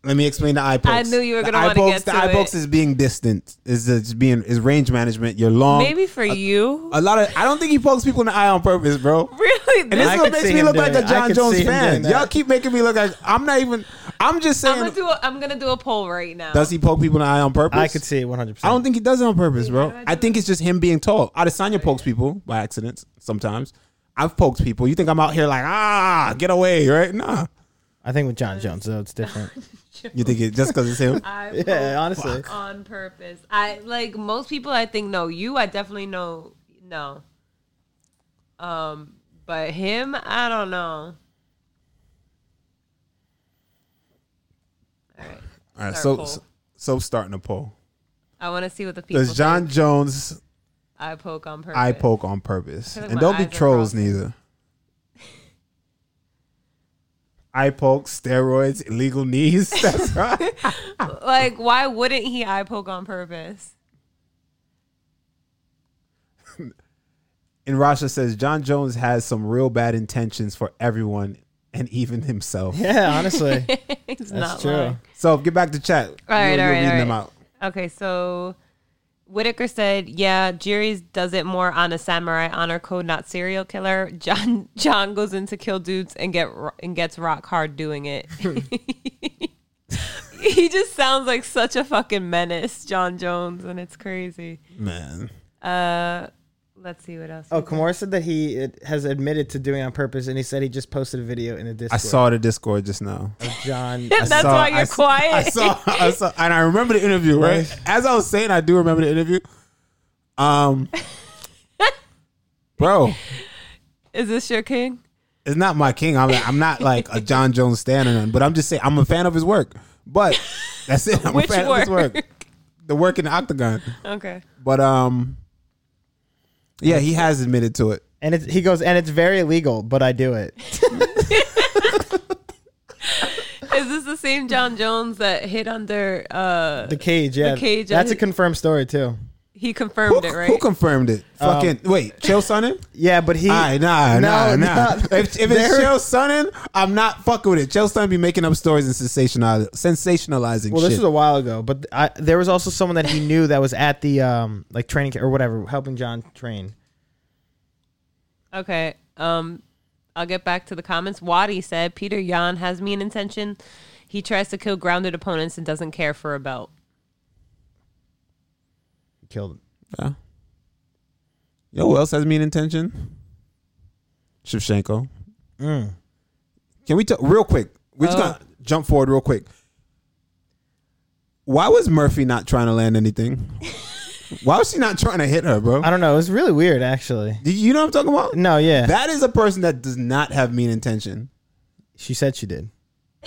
let me explain the eye pokes. I knew you were The gonna eye wanna pokes- get The to eye pokes it. is being distant. Is is being is range management. You're long. Maybe for you. a lot of. I don't think he pokes people in the eye on purpose, bro. really? uh, And This- this I is what could makes see me him look doing like a that. I John could Jones see him fan. doing that. Y'all keep making me look like I'm not even. I'm just I'm saying. gonna do a, I'm gonna do a poll right now. does he poke people in the eye on purpose? I could see it 100%. I don't think he does it on purpose, bro. how did I I think it's just him being tall. Adesanya pokes people by accident sometimes. I've poked people. You think I'm out here like ah, get away, right? Nah. I think with John Jones, though, it's different. You think it just because it's him? I yeah, vote honestly. on purpose. I like most people. I think no. You, I definitely know no. Um, but him, I don't know. All right, All right, Start so poll. so, so starting a poll. I want to see what the people. Does John think. Jones eye poke on purpose? eye poke on purpose? feel like And my don't be eyes are trolls crossed. neither. Eye poke, steroids, illegal knees. That's right. Like, why wouldn't he eye poke on purpose? And Rasha says John Jones has some real bad intentions for everyone and even himself. Yeah, honestly. It's That's not true. lying. So get back to chat. All right, all right, all them right. out. Okay, so Whitaker said, "Yeah, Jerry's does it more on a samurai honor code, not serial killer." John John goes in to kill dudes and get ro- and gets rock hard doing it. he just sounds like such a fucking menace, John Jones, and it's crazy. Man. Uh, let's see what else. Oh, Kamora said that he it, has admitted to doing it on purpose, and he said he just posted a video in a Discord. I saw the Discord just now. of John. I That's saw- why you're I s- quiet. I saw, I saw, and I remember the interview, right? As I was saying, I do remember the interview. Um, bro, Is this your king? it's not my king. I'm, I'm not like a John Jones stan or nothing, but I'm just saying I'm a fan of his work. But that's it. I'm Which a fan work? of his work. The work in the octagon. okay. But um, yeah, he has admitted to it. and it's, he goes, and it's very illegal, but I do it. Is this the same John Jones that hid under? Uh, The cage, yeah. cage, That's I- a confirmed story too. he confirmed it, who, right? who confirmed it? Fucking wait, Chael Sonnen. Yeah, but Um, he. Aye, nah, No, nah, nah. not- If, if it's there- Chael Sonnen, I'm not fucking with it. Chael Sonnen be making up stories and sensationaliz- sensationalizing well, shit. this was a while ago, but I, there was also someone that he knew that was at the um like training ca- or whatever, helping John train. Okay. Um, I'll get back to the comments. Wadi said Peter Yan has mean intention. He tries to kill grounded opponents and doesn't care for a belt. He killed him. Yeah. You know who else has mean intention? Shevchenko. Mm. Can we talk real quick? We're just Oh. Uh. gonna jump forward real quick. Why was Murphy not trying to land anything? Why was she not trying to hit her, bro? I don't know. It was really weird, actually. Do you know what I'm talking about? No, yeah. That is a person that does not have mean intention. she said she did.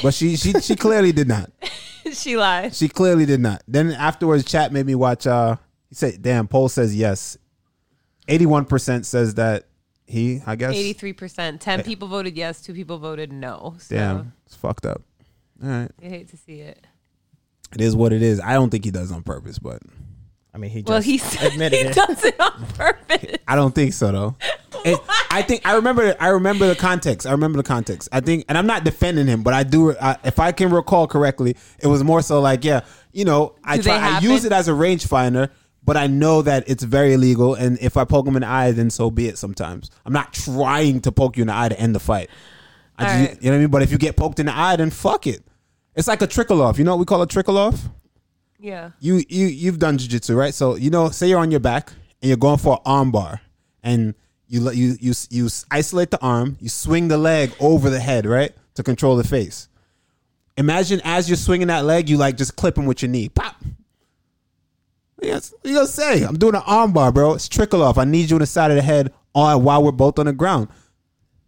But she she she clearly did not. she lied. She clearly did not. Then afterwards, chat made me watch. Uh, he said, "Damn." Poll says yes. Eighty-one percent says that he. I guess. Eighty-three percent. Ten people voted yes. Two people voted no. So Damn, it's fucked up. All right, you hate to see it. it is what it is. I don't think he does on purpose, but I mean, he just well, he said admitted he it. does it on purpose. I don't think so though. It- I think I remember. I remember the context. I remember the context. I think, and I'm not defending him, but I do. I, if I can recall correctly, it was more so like, yeah, you know, I Do they try. I happen? use it as a rangefinder, but I know that it's very illegal. And if I poke him in the eye, then so be it. Sometimes I'm not trying to poke you in the eye to end the fight. I All just, right. You know what I mean? But if you get poked in the eye, then fuck it. It's like a trickle off. You know what we call a trickle off? Yeah. you you you've done jujitsu, right? So you know, say you're on your back and you're going for an arm bar, and you let- you you you isolate the arm, you swing the leg over the head, right, to control the face. Imagine as you're swinging that leg, you like just clip him with your knee, pop. Yes, you gonna say I'm doing an armbar, bro. It's trickle off. I need you in the side of the head on while we're both on the ground.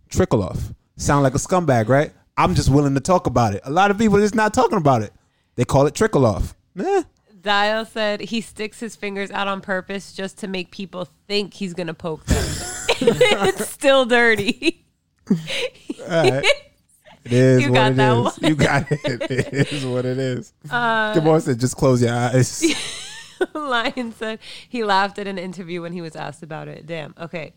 Trickle off. Sound like a scumbag, right? I'm just willing to talk about it. A lot of people are just not talking about it. They call it trickle off. Eh, Dial said he sticks his fingers out on purpose just to make people think he's gonna poke them. it's still dirty. it is You what got it that is. one. Uh, You got it. It is what it is. Gabor said, "Just close your eyes." Lion said he laughed at an interview when he was asked about it. Damn. Okay.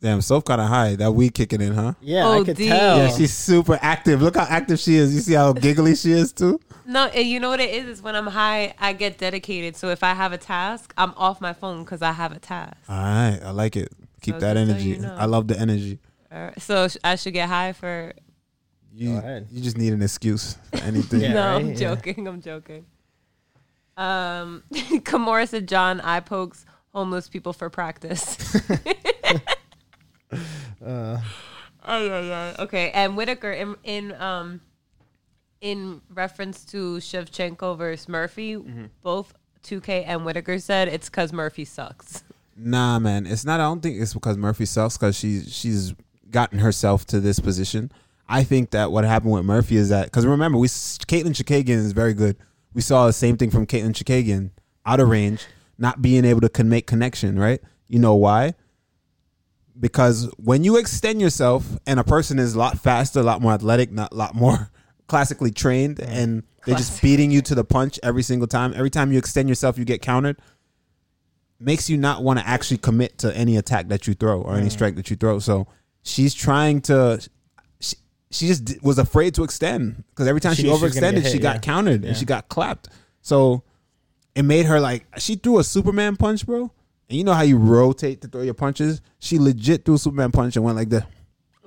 Damn, Soph kind of high. That weed kicking in, huh? Yeah, I could OD. tell. Yeah, Yeah, she's super active. Look how active she is. You see how giggly she is too. No, and you know what it is? Is when I'm high, I get dedicated. So if I have a task, I'm off my phone because I have a task. All right, I like it. Keep So that just so energy. you know. I love the energy. All right. So sh- I should get high for. You, Go ahead. you just need an excuse for anything. Yeah, no, right? I'm Yeah. joking. I'm joking. Um, Kamora said John eye pokes homeless people for practice. Uh. Ay, ay, ay. Okay, and Whitaker in in um in reference to Shevchenko versus Murphy, Mm-hmm. both 2K and Whitaker said it's because Murphy sucks. Nah, man, it's not. I don't think it's because Murphy sucks because she's she's gotten herself to this position. I think that what happened with Murphy is that because remember we Caitlin Chikagian is very good. We saw the same thing from Caitlin Chikagian, out of range, not being able to con- make connection. Right? You know why? Because when you extend yourself and a person is a lot faster, a lot more athletic, not a lot more classically trained, and they're just beating you to the punch every single time. Every time you extend yourself, you get countered makes you not want to actually commit to any attack that you throw or any strike that you throw. So she's trying to. She, she just d- was afraid to extend because every time She she, knew she was gonna overextended, get hit, she got yeah. countered and she got clapped. So it made her like she threw a Superman punch, bro. And you know how you rotate to throw your punches. She legit threw a Superman punch and went like that.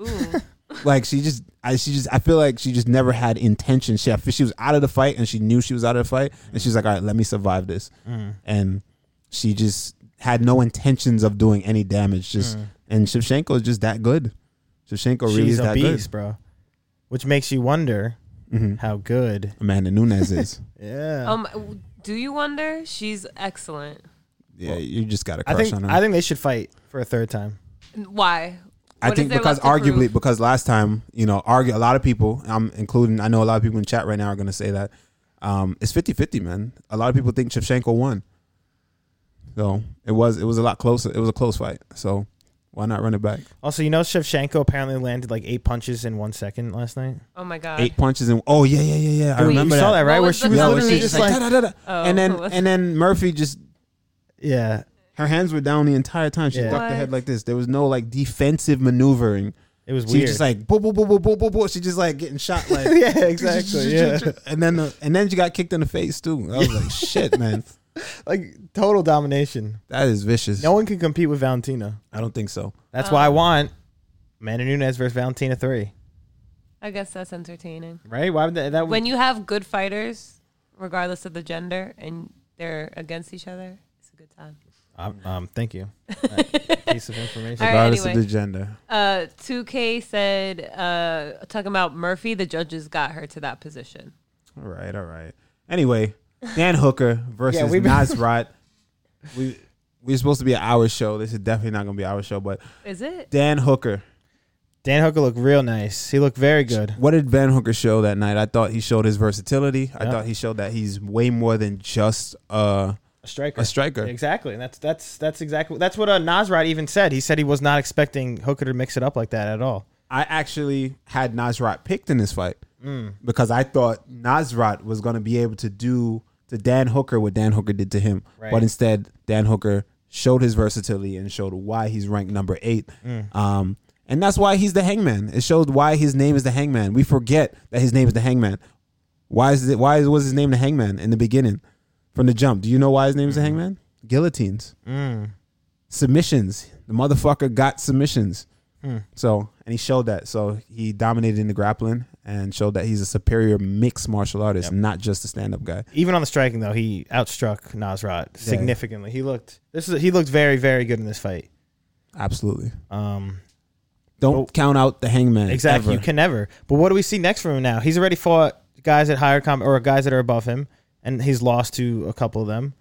Ooh. Like she just, I she just, I feel like she just never had intention. She, I feel she was out of the fight, and she knew she was out of the fight, and she's like, all right, let me survive this. Mm. And she just had no intentions of doing any damage. Just and Shevchenko is just that good. Shevchenko Mm. really She's is a that beast, bro. Which makes you wonder good. hmm how good. Amanda Nunes is. Yeah. Um, do you wonder? She's excellent. Yeah, you just got a I crush think on her. I think they should fight for a third time. Why? I What is think there because left to prove? arguably because last time you know argue a lot of people I'm including I know a lot of people in chat right now are going to say that um, it's 50-50 man a lot of people think Shevchenko won so it was it was a lot closer it was a close fight so why not run it back Also, you know Shevchenko apparently landed like eight punches in one second last night. oh my god, eight punches and oh yeah yeah yeah yeah I Dude, remember you that, Uh, saw that right What where was she the was yeah penalty? literally she's just like, like, "Da, da, da, da." Oh. and then and then Murphy just yeah, her hands were down the entire time she Yeah. ducked her head What? like this there was no like defensive maneuvering it was She's weird. just like boom, boom, boom, boom, boom, boom, boom. She just like getting shot like Yeah, exactly, yeah. And then the, and then she got kicked in the face too. I was like, shit, man, like total domination. that is vicious. No one can compete with Valentina. I don't think so. That's why I want Amanda Nunes versus Valentina three. I guess that's entertaining. Right? Why would that? Um, that would- When you have good fighters, regardless of the gender, and they're against each other, it's a good time. um, um, thank you. That piece of information. All right, Regardless anyway. of the gender, Uh, 2K said, uh, talking about Murphy, the judges got her to that position. all right, all right. Anyway, Dan Hooker versus we've been- Nasrat. We we're supposed to be an hour show. This is definitely not going to be our show, but Is it? Dan Hooker. Dan Hooker looked real nice. He looked very good. What did Van Hooker show that night? I thought he showed his versatility. I Yeah. thought he showed that he's way more than just uh, A striker. a striker. Exactly, and that's that's that's exactly that's what uh, Nasrat even said. He said he was not expecting Hooker to mix it up like that at all. I actually had Nasrat picked in this fight because I thought Nasrat was going to be able to do to Dan Hooker what Dan Hooker did to him. Right. But instead, Dan Hooker showed his versatility and showed why he's ranked number eight. Um, and that's why he's the hangman. It showed why his name is the hangman. We forget that his name is the hangman. Why is it, why was his name the hangman in the beginning from the jump? Do you know why his name is the hangman? Guillotines submissions. The motherfucker got submissions. So, and he showed that. So he dominated in the grappling and showed that he's a superior mixed martial artist, not just a stand up guy. Even on the striking though, he outstruck Nasrat significantly. He looked this is he looked very very good in this fight. Absolutely. Um, Don't count out the hangman. exactly, you ever. can never. But what do we see next from him now? He's already fought guys at higher com or guys that are above him, and he's lost to a couple of them.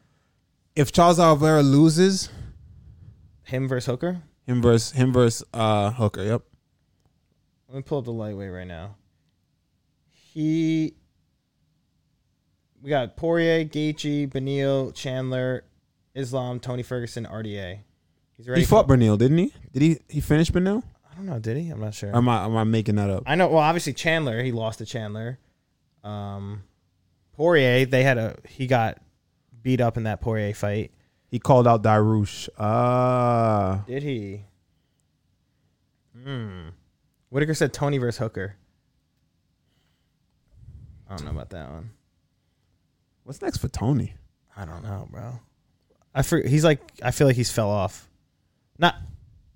if Charles Oliveira loses Him versus Hooker. him versus him versus uh, Hooker, yep. Let me pull up the lightweight right now. He. We got Poirier, Gaethje, Benil, Chandler, Islam, Tony Ferguson, RDA. He's ready. He fought Bernil, didn't he? Did he he finish Bernil? I don't know. Did he? I'm not sure. Or am I am I making that up? I know. Well, obviously Chandler. He lost to Chandler. Um, Poirier. They had a. He got beat up in that Poirier fight. He called out Darush. Ah, Did he? Hmm. Whitaker said Tony versus Hooker. I don't know about that one. what's next for Tony? I don't know, bro. I for, he's like I feel like he's fell off. Not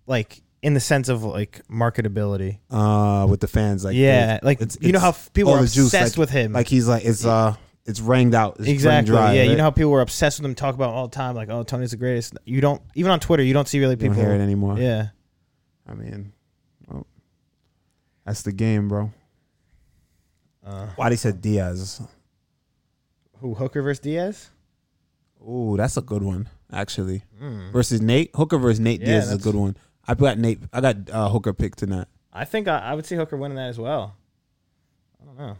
like in the sense of like marketability. Uh, with the fans, like Yeah, it- like, you know how f- people all are the juice, obsessed like- with him. Like he's like it's uh it's ranged out it's Exactly. Dry, yeah, right? you know how people were obsessed with him, talk about him all the time, like, "Oh, Tony's the greatest." You don't even on Twitter, you don't see really You people don't hear it anymore. Yeah, I mean, well, that's the game, bro. Why they said Diaz? Uh, who Hooker versus Diaz? Ooh, that's a good one actually. Versus Nate Hooker versus Nate Hmm. Yeah, Diaz is a that's- good one. I got Nate. I got uh, Hooker picked tonight. I think I, I would see Hooker winning that as well. I don't know.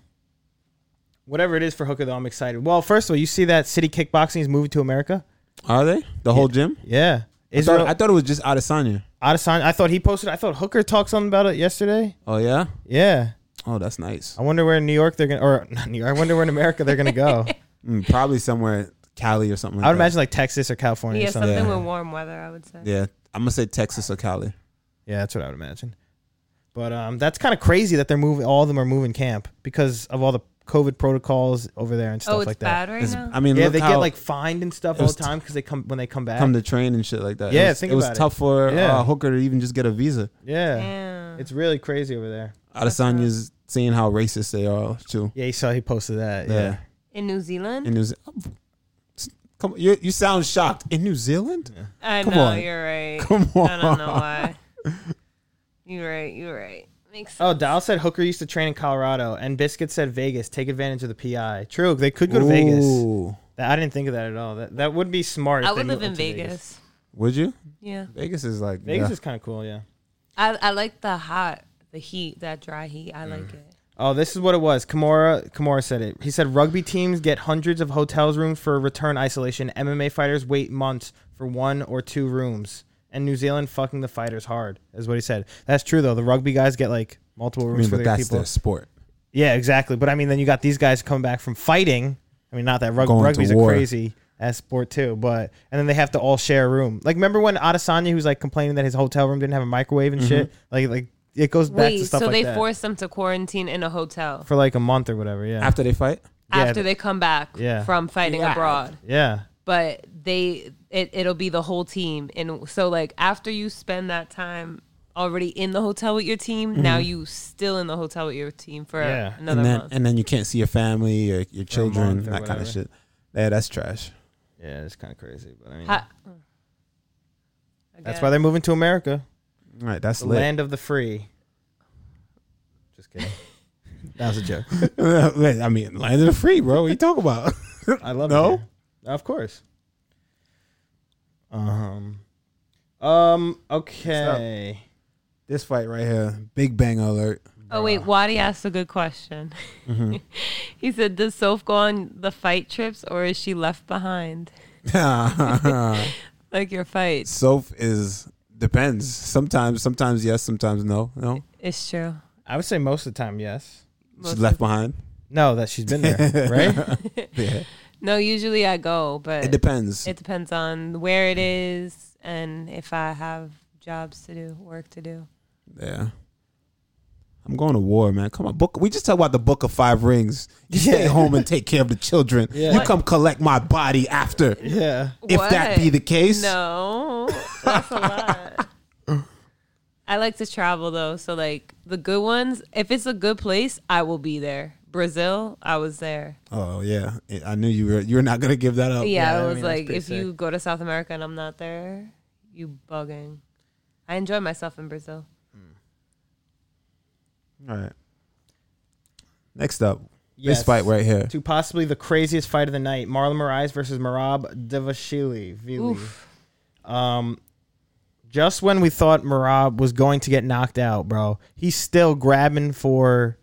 Whatever it is for Hooker, though, I'm excited. Well, first of all, you see that City Kickboxing is moving to America. Are they the whole gym? Yeah, I thought, Israel. I thought it was just Adesanya. Adesanya. I thought he posted. I thought Hooker talked something about it yesterday. Oh yeah. Yeah. Oh, that's nice. I wonder where in New York they're gonna, or not New York. I wonder where in America they're gonna go. Mm, probably somewhere Cali or something. Like I would that. imagine like Texas or California Yeah, or something. something Yeah. Yeah. with warm weather, I would say. Yeah, I'm gonna say Texas or Cali. that's what I would imagine. But um, that's kind of crazy that they're moving. All of them are moving camp because of all the COVID protocols over there and stuff Oh, it's like that. bad right It's- now. I mean, Yeah, look they how get like fined and stuff It all was the time because they come when they come back. come to train and shit like that. Yeah, it was, think it was about it. tough for Yeah. uh, Hooker to even just get a visa. yeah, Yeah. it's really crazy over there. Adesanya's seeing how racist they are too. Yeah, you saw he posted that. Yeah, Yeah, in New Zealand. in New Zealand. Come, on, you you sound shocked. In New Zealand? I Come know on. you're right. Come on. I don't know why. you're right. You're right. Makes sense. Oh, Dial said Hooker used to train in Colorado, and Biscuit said Vegas. Take advantage of the PI. True, they could go to Vegas. Ooh. That, I didn't think of that at all. That that would be smart. if I they would live moved in to Vegas. Would you? Yeah, Vegas is like Vegas yeah. is kind of cool, yeah. I I like the hot, the heat, that dry heat. I like it. Oh, this is what it was. Kimura Kimura said it. He said rugby teams get hundreds of hotels rooms for return isolation. MMA fighters wait months for one or two rooms. And New Zealand fucking the fighters hard is what he said. That's true though. The rugby guys get like multiple I rooms mean, for but their that's people. their sport. Yeah, exactly. But I mean, then you got these guys coming back from fighting. I mean, not that rug- Going to rugby's a war. crazy ass sport too, but and then they have to all share a room. Like, remember when Adesanya, who's like complaining that his hotel room didn't have a microwave and shit? Like, like it goes back to Wait, so stuff like they that force them to quarantine in a hotel for like a month or whatever. Yeah, After they fight, Yeah, after th- they come back Yeah. from fighting Yeah. abroad, yeah. but they it it'll be the whole team, and so like after you spend that time already in the hotel with your team, now you still in the hotel with your team for Mm-hmm. Yeah. another and then month. and then you can't see your family or your children, month or that kind whatever. of shit. Yeah, that's trash. Yeah, it's kind of crazy, but I mean, Ha- that's why they're moving to America, All right, that's the lit. land of the free. Just kidding. that was a joke. I mean, land of the free, bro. What you talking about? I love No? it. here. Of course. Um. Um. Okay. this fight right here, Big Bang Alert. Oh wait, Wadi asked a good question. Mm-hmm. he said, "Does Soph go on the fight trips, or is she left behind like your fight?" Soph is depends. Sometimes, sometimes yes, sometimes no. No, It's true. I would say most of the time, yes. Most she's left behind. No, that she's been there, right? Yeah, No, usually I go, but it it, depends. depends on where it is and if I have jobs to do, work to do. yeah, I'm going to war, man. Come on, book. We just talked about the Book of Five Rings. You stay home and take care of the children. Yeah. You come collect my body after, yeah. if that be the case. No, that's a lot. I like to travel though, so like the good ones. If it's a good place, I will be there. Brazil, I was there. Oh yeah, I knew you were. You're not gonna give that up. Oh, Yeah, yeah, I I was mean, that's like, pretty if you go to South America and I'm not there, you bugging. I enjoy myself in Brazil. All right. Next up, This fight right here. to possibly the craziest fight of the night: Marlon Moraes versus Marab Devashili. Vili. Oof. Just when we thought Marab was going to get knocked out, bro, he's still grabbing for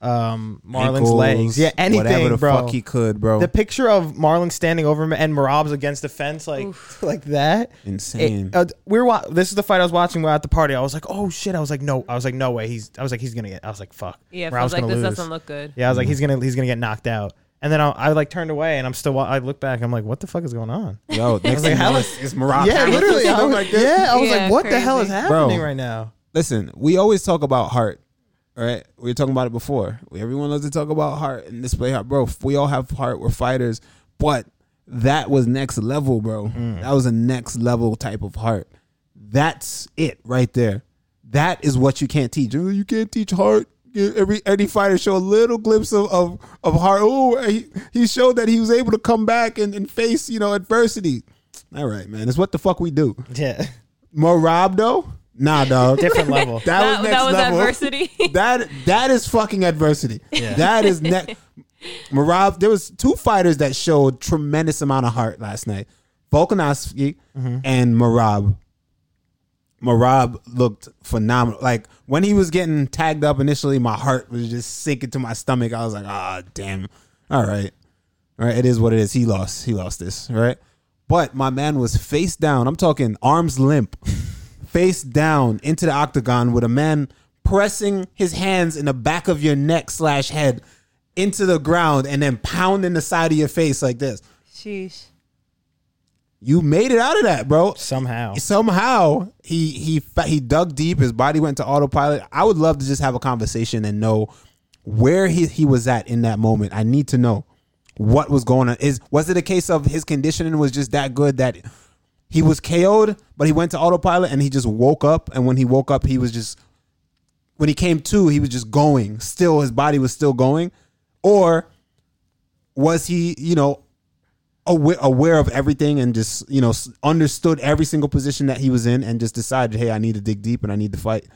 um, Marlon's Ankles, legs. Yeah, anything, whatever the bro. fuck he could, bro. the picture of Marlon standing over him and Marab's against the fence, like like that. Insane. It- uh, we were wa- this is the fight I was watching while at the party. I was like, oh shit. I was like, no. I was like, no way. He's. I was like, he's gonna get. I was like, fuck. Yeah, Marab's feels like gonna this lose. doesn't look good. Yeah, I was like, he's gonna he's gonna get knocked out. And then I, I like turned away, and I'm still. wa- I look back. I'm like, what the fuck is going on? Yo, next thing you know, it's, it's Morocco. Yeah, literally. I was, yeah, I was Yeah, like, what the hell is crazy. happening Bro. right now? Listen, we always talk about heart. All right, we were talking about it before. We- Everyone loves to talk about heart and display heart, bro. We all have heart. We're fighters, but that was next level, bro. That was a next level type of heart. That's it right there. That is what you can't teach. Oh, You you can't teach heart. You- Every any fighter show a little glimpse of of, of heart. Oh, he, he showed that he was able to come back and, and face you know adversity. All right, man. It's what the fuck we do. Yeah, Morab though? Nah, dog. different level. That, That- was next that was level. adversity. that that is fucking adversity. That is ne- Marab. There was two fighters that showed tremendous amount of heart last night: Volkanovski and Marab. Marab looked phenomenal. Like when he was getting tagged up initially, my heart was just sinking to my stomach. I was like, ah, damn. All right. All right. It is what it is. He lost. He lost this. Right. But my man was face down. I'm talking arms limp, face down into the octagon with a man pressing his hands in the back of your neck slash head into the ground and then pounding the side of your face like this. Sheesh. You made it out of that, bro Somehow, somehow he he fa- he dug deep. His body went to autopilot. I would love to just have a conversation and know where he he was at in that moment. I need to know what was going on. Is was it a case of his conditioning was just that good that he was KO'd, but he went to autopilot and he just woke up. And when he woke up, he was just when he came to, he was just going. Still, his body was still going, or was he you know aware, aware of everything and just you know s- understood every single position that he was in and just decided hey i need to dig deep and i need to fight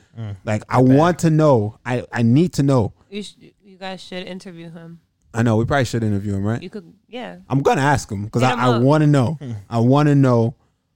like i want to know i i need to know You sh- you guys should interview him. i know we probably should interview him right You could, yeah. i'm gonna ask him because Hit i, him I up. want to know i want to know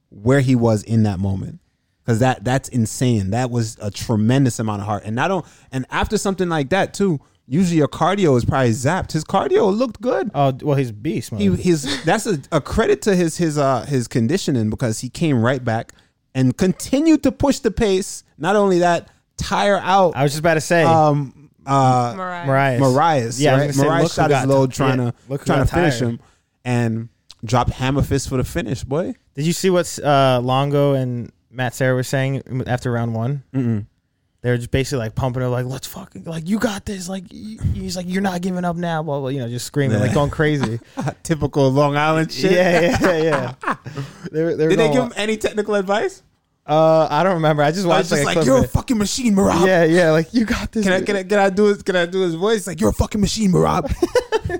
where he was in that moment because that that's insane that was a tremendous amount of heart and i don't and after something like that too usually your cardio is probably zapped his cardio looked good oh well, he's beast. Man. he his that's a, a credit to his his uh his conditioning because he came right back and continued to push the pace. Not only that, tire out I was just about to say, um uh Mariah. Mariah. Marias. Yeah, I was right? gonna say, look Marias who shot his got- load trying yeah, to look who trying got to finish tired. him and dropped hammer fist for the finish, boy. Did you see what uh, Longo and Matt Sarah were saying after round one? Mm-mm. They were just basically like pumping her, like "Let's fucking like you got this." Like y- he's like, "You're not giving up now," blah blah. You know, just screaming, Yeah. like going crazy. Typical Long Island shit. yeah, yeah, yeah. yeah. they were, they were Did they going- give him any technical advice? Uh, I don't remember. I just I watched was just like, like, a "You're a clip of fucking machine, Marab." it. Yeah, yeah. Like you got this. Can I, can I can I do his can I do his voice? Like, "You're a fucking machine, Marab."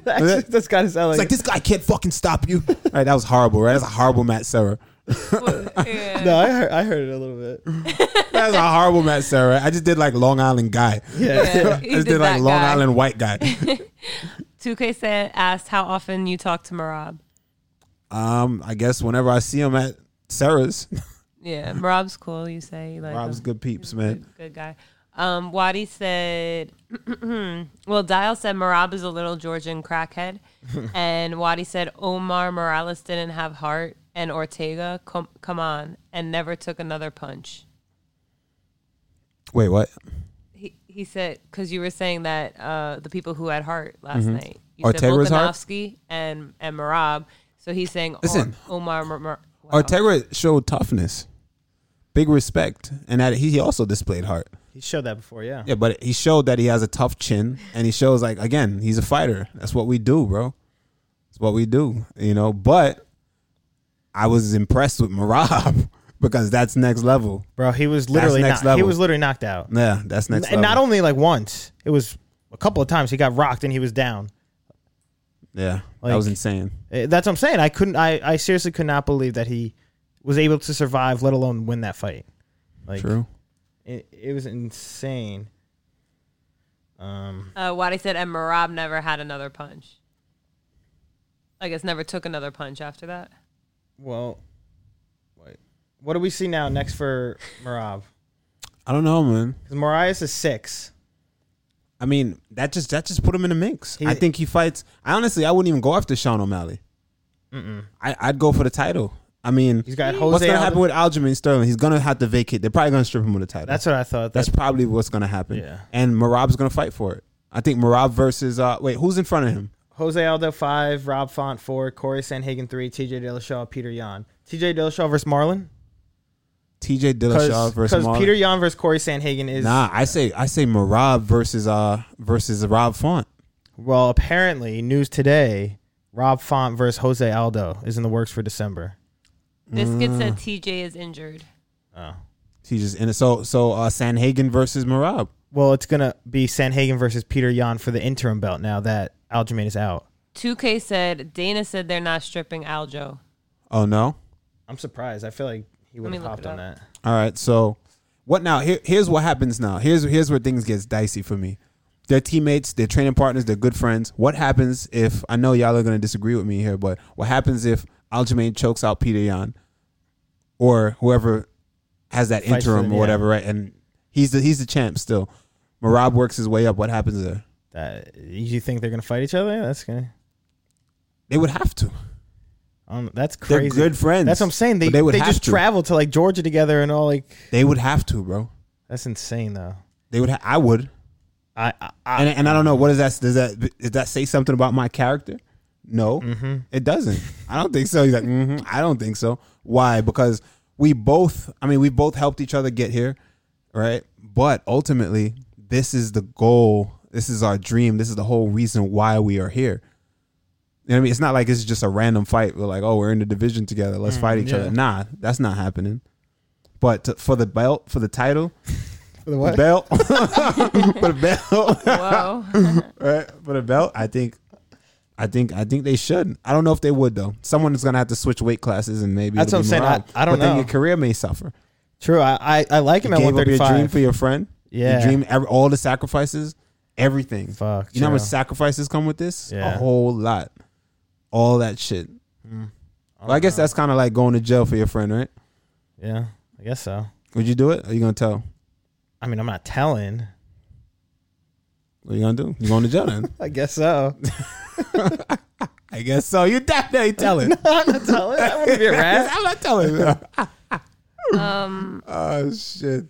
Actually, that's gotta sound like, It's like this guy can't fucking stop you. All right, that was horrible. Right, that's a horrible Matt Serra. yeah. No, I heard, I heard it a little bit. That's a horrible Matt Serra. I just did like Long Island guy. Yeah. I He just did did like that Long guy. Island white guy. 2K said, asked how often you talk to Marab. Um, I guess whenever I see him at Sarah's, Yeah, Marab's cool. You say you like Rob's him. good peeps, Good, man. good guy. Um, Wadi said, well, Dial said Marab is a little Georgian crackhead. and Wadi said Omar Morales didn't have heart and Ortega, come, come on, and never took another punch. Wait, what? He, he said, because you were saying that uh, the people who had heart last Mm-hmm. night, you Ortega was said hard? Volkanovski and, and Marab. So he's saying, Listen. O- Omar, Mar- Mar- wow. Ortega showed toughness, big respect, and that he he also displayed heart. He showed that before, yeah. Yeah, but he showed that he has a tough chin, and he shows like again he's a fighter. That's what we do, bro. That's what we do, you know. But I was impressed with Marab because that's next level. Bro, he was literally next knocked, he level. was literally knocked out. Yeah, that's next and level. not only like once, it was a couple of times he got rocked and he was down. yeah, Like- that was insane. Eh, That's what I'm saying. I couldn't I, I seriously could not believe that he was able to survive, let alone win that fight. Like True. It, it was insane. Um, Uh, Wadi said, and Marab never had another punch. I guess never took another punch after that. well, wait. What do we see now next for Marab? I don't know, man. Because Marias is six. I mean, that just that just put him in the mix. He- I think he fights. I honestly, I wouldn't even go after Sean O'Malley. I, I'd go for the title. I mean, He's got what's Jose. gonna Aldo- happen with Aljamain Sterling? He's gonna have to vacate. They're probably gonna strip him of the title. That's what I thought. That's That's probably what's gonna happen. Yeah. And Marab's gonna fight for it. I think Marab versus uh wait, who's in front of him? Jose Aldo five, Rob Font four, Corey Sanhagen three, T.J. Dillashaw, Peter Yan. T.J. Dillashaw versus Marlon. TJ Dillashaw versus Because Marlon. Peter Yan versus Corey Sanhagen is Nah, I say I say Marab versus uh versus Rob Font. well apparently news today. Rob Font versus Jose Aldo is in the works for December. Biscuit said Mm. TJ is injured. Oh. He's just in it. So so uh Sanhagen versus Marab. Well, it's gonna be Sanhagen versus Peter Yan for the interim belt now that Aljamain is out. 2K said, Dana said they're not stripping Aljo. Oh no. I'm surprised. I feel like he would me have look hopped it on up. that. All right. So what now? Here, here's what happens now. Here's here's where things gets dicey for me. They're teammates, they're training partners, they're good friends. What happens if I know y'all are gonna disagree with me here, but what happens if Aljamain chokes out Peter Yan or whoever has that Fights for interim them, or yeah. whatever, right? And he's the he's the champ still. Marab works his way up. What happens there? That you think they're gonna fight each other? That's gonna. They would have to. Um, that's They're crazy. good friends. That's what I'm saying. They But they, would have just to. travel to like Georgia together and all like. They would have to, bro. That's insane though. They would. Ha- I would. I, I, I and, and I don't know what is that does that does that say something about my character? No, Mm-hmm. it doesn't. I don't think so. He's like, hmm I don't think so. Why? Because we both. I mean, we both helped each other get here, right? But ultimately, this is the goal. This is our dream. This is the whole reason why we are here. You know what I mean? It's not like it's just a random fight. We're like, oh, we're in the division together. Let's fight each Mm-hmm. yeah. other. Nah, that's not happening. But to, for the belt, for the title, the the what? belt, for the belt, Whoa. right? For the belt, I think, I think, I think they should. I don't know if they would though. Someone is gonna have to switch weight classes and maybe That's it'll what be I'm saying. Morag. I- I don't but Then know. your career may suffer. True. I, I, I like him You at gave up your dream 135. for your friend. Your Yeah. dream, every, all the sacrifices, everything. Fuck. You know how much true. sacrifices come with this? Yeah. A whole lot. All that shit. well, I guess Uh-huh. that's kind of like going to jail for your friend, right? yeah, I guess so. Would you do it? Are you gonna tell? I mean, I'm not telling. What you gonna do? You going to jail then? I guess so. I guess so. You definitely telling. I'm not telling. I wouldn't be a rat. I'm not telling. um, oh shit.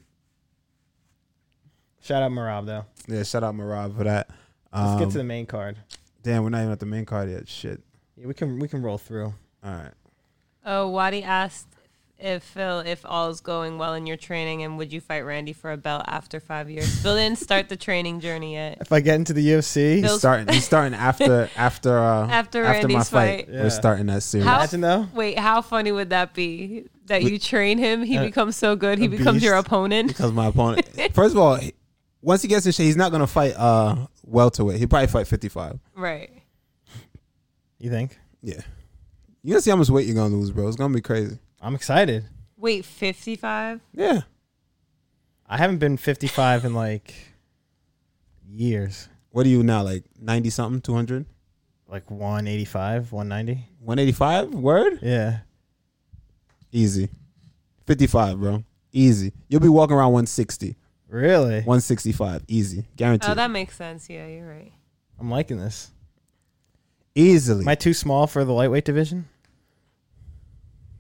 Shout out Marab though. Yeah, shout out Marab for that. Let's Um, get to the main card. damn, we're not even at the main card yet. Shit. Yeah, we can we can roll through. All right. oh, Wadi asked if Phil, if all's going well in your training and would you fight Randy for a belt after five years? Phil didn't start the training journey yet. If I get into the UFC, Bill- He's starting. He's starting after after uh, After my Randy's fight. fight. Yeah. We're starting that series. How- imagine though. Wait, how funny would that be? That you train him, he uh, becomes so good, he a becomes your beast. opponent. Because my opponent. First of all, he- once he gets in shape, he's not gonna fight uh welterweight. He'll probably fight fifty five. Right. You think? Yeah. You gonna see how much weight you're gonna lose, bro. It's gonna be crazy. I'm excited. Wait, 55? Yeah. I haven't been 55 in like years. What are you now? Like ninety something, 200? Like 185, 190. 185? Word? Yeah. Easy. Fifty five, bro. Easy. You'll be walking around one sixty. Really? One sixty five. Easy. Guaranteed. Oh, that makes sense. Yeah, you're right. I'm liking this. Easily. Am I too small for the lightweight division?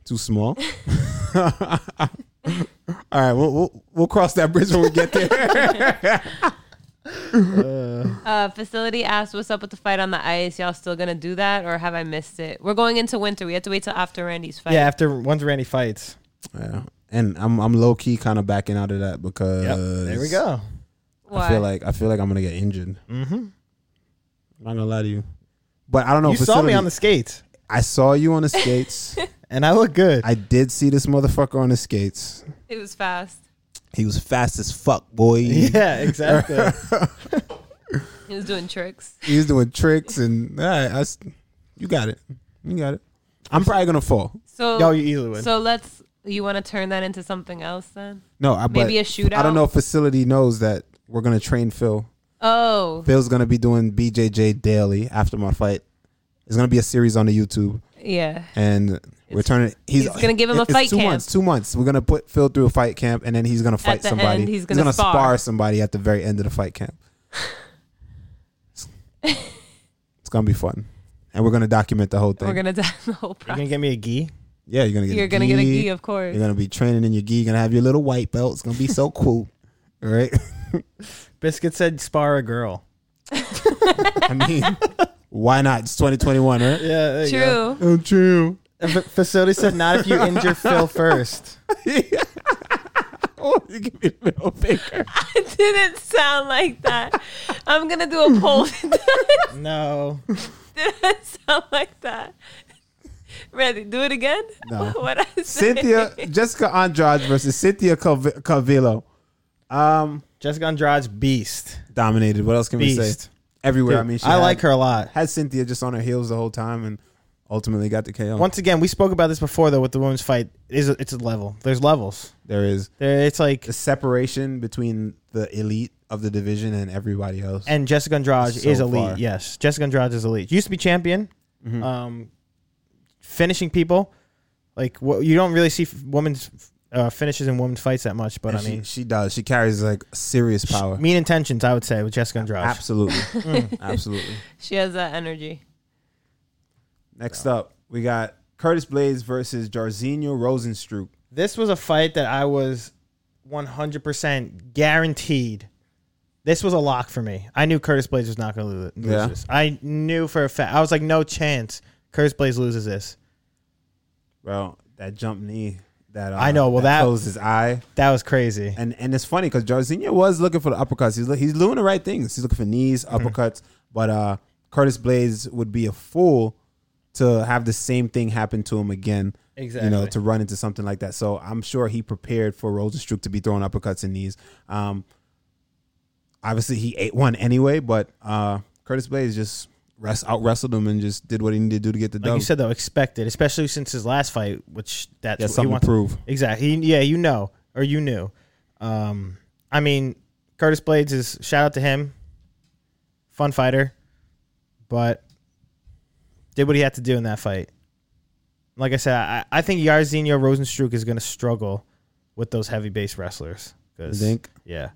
too small. All right, we'll, we'll we'll cross that bridge when we get there. Uh, facility asked, "What's up with the fight on the ice? Y'all still gonna do that, or have I missed it? We're going into winter. We have to wait till after Randy's fight. Yeah, after once Randy fights. yeah, and I'm I'm low key kind of backing out of that because Yep. There we go. Why? I feel like I feel like I'm gonna get injured. Mm-hmm. I'm not gonna lie to you, but I don't know. you saw me on the skates, I saw you on the skates. and I look good. I did see this motherfucker on the skates. it was fast. He was fast as fuck, boy. yeah, exactly. He was doing tricks. He was doing tricks and all right, I s- you got it. You got it. I'm probably gonna fall. So, Yo, you easily would. so let's. You want to turn that into something else then? No, I, Maybe but a shootout? I don't know if facility knows that we're gonna train Phil Oh, Phil's gonna be doing BJJ daily after my fight. It's gonna be a series on the YouTube, yeah. and we're turning. He's, he's gonna give him a it's fight two camp. months. Two months. We're gonna put Phil through a fight camp, and then he's gonna fight the somebody. end, he's gonna spar. spar. somebody at the very end of the fight camp. it's gonna be fun, and we're gonna document the whole thing. We're gonna die the whole You process. gonna get me a gi? yeah, you're gonna get. You're gonna get a gi, of course. You're gonna be training in your gi. You're gonna have your little white belt. It's gonna be so cool. All right. Biscuit said spar a girl. I mean, why not? It's 2021, right? Yeah, there you go. True. Oh, true. Uh, fa- Facility said not if you injure Phil first. Oh, you give me a middle finger. It didn't sound like that. I'm gonna do a poll. it No. didn't sound like that. Ready? Do it again. No. What I said. Cynthia Jessica Andrade versus Cynthia Cav- Cavillo. Um, Jessica Andrade's beast. dominated. What else can we say? Beast. Everywhere. I mean, she I had- like her a lot. Had Cynthia just on her heels the whole time, and ultimately got the KO. Once again, we spoke about this before though with the women's fight. It is a, it's a level. There's levels. there is There it's like the separation between the elite of the division and everybody else. and Jessica Andrade So is elite. far. Mm-hmm. Yes, Jessica Andrade is elite. Used to be champion, um, finishing people. Like wh- you don't really see f- women's uh, finishes in women's fights that much, but And I mean, she, she does. She carries like serious power. mean intentions. I would say with Jessica Andrade. Absolutely, Mm. absolutely. She has that energy. Next up, we got Curtis Blades versus Jarzinho Rosenstruck. This was a fight that I was 100 percent guaranteed. This was a lock for me. I knew Curtis Blades was not going to lose, lose Yeah. this. I knew for a fact. I was like, no chance. Curtis Blades loses this. Bro, that jump knee. That uh, I know, well, that- closed his eye, That was crazy. and and it's funny because Jarzinho was looking for the uppercuts. He's look- he's doing the right things. He's looking for knees, Mm-hmm. uppercuts. But uh, Curtis Blades would be a fool to have the same thing happen to him again. You know, Exactly. to run into something like that. So I'm sure he prepared for Rosenstruck to be throwing uppercuts and knees. Um, obviously he ate one anyway, but uh, Curtis Blades just rest out wrestled him and just did what he needed to do to get the like dub. you said though, expected, especially since his last fight, which that's He has what he something to wants. prove. Exactly. He- yeah, you know, or you knew. Um, I mean, Curtis Blades is shout out to him, fun fighter, but did what he had to do in that fight. Like I said, I, I think Yarzinho Rosenstruck is going to struggle with those heavy base wrestlers. 'Cause- You think? Yeah,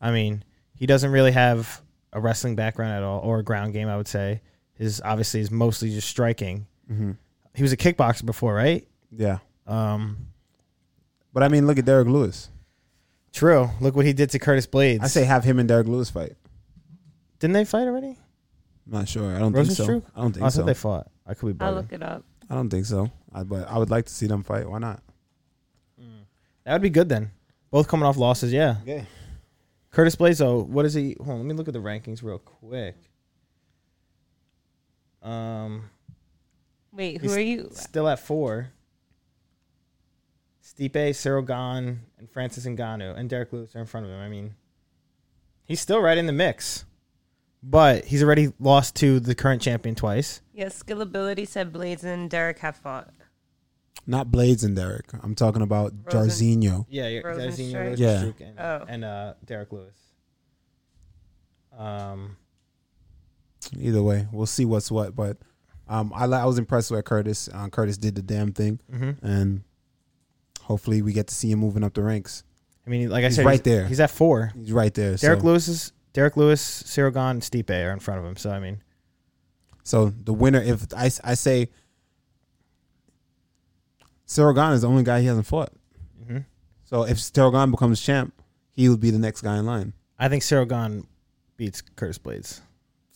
I mean, he doesn't really have a wrestling background at all, or a ground game. I would say his obviously is mostly just striking. Mm-hmm. He was a kickboxer before, right? Yeah. Um, But I mean, look at Derek Lewis. True. Look what he did to Curtis Blades. I say have him and Derek Lewis fight. didn't they fight already? I'm not sure. I don't think so. Rosenstruck? I don't I think thought so. they fought. I could be I'll bugging. look it up. I don't think so. I, but I would like to see them fight. Why not? That would be good then. Both coming off losses, yeah. Yeah. Curtis Blades, though, what is he? Hold on, let me look at the rankings real quick. Um, Wait, who He's- are you? still at four. Stipe, Cyril Gahn, and Francis Ngannou, and Derek Lewis are in front of him. I mean, he's still right in the mix, but he's already lost to the current champion twice. Yes, Skillability said Blades and Derek have fought. Not Blades and Derek. I'm talking about Rosen- Jarzinho. Yeah, you're Rosen Rosen Strike? Yeah. and, Oh. and uh, Derek Lewis. Um, Either way, we'll see what's what. But um, I, li- I was impressed with Curtis. Uh, Curtis did the damn thing, Mm-hmm. and hopefully we get to see him moving up the ranks. I mean, like I He's said, right there. He's at four. He's right there. Derek so, Lewis is Derek Lewis, Cyril Gahn, and Stipe are in front of him. So I mean, so the winner, if I, s- I say, Serogan is the only guy he hasn't fought. Mm-hmm. So if Serogan becomes champ, he would be the next guy in line. I think Cyril Gahn beats Curtis Blades.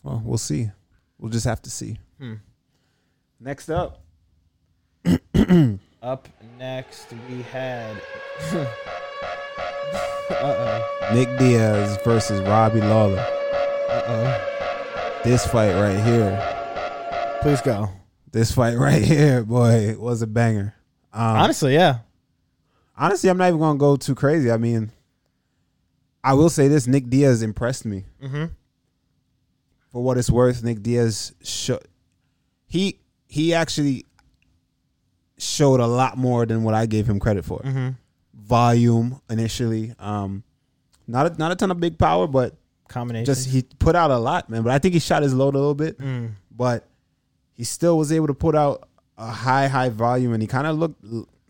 Well, we'll see. We'll just have to see. Next up, Up next, we had Nick Diaz versus Robbie Lawler. uh This fight right here, oh, please go. this fight right here, boy, was a banger. Um, Honestly, yeah, honestly, I'm not even gonna go too crazy. I mean, I will say this: Nick Diaz impressed me. Mm-hmm. For what it's worth, Nick Diaz sho- he he actually showed a lot more than what I gave him credit for. Mm-hmm. Volume initially, um, not a, not a ton of big power, but combination. Just he put out a lot, man. But I think he shot his load a little bit, Mm. but he still was able to put out a high, high volume, and he kind of looked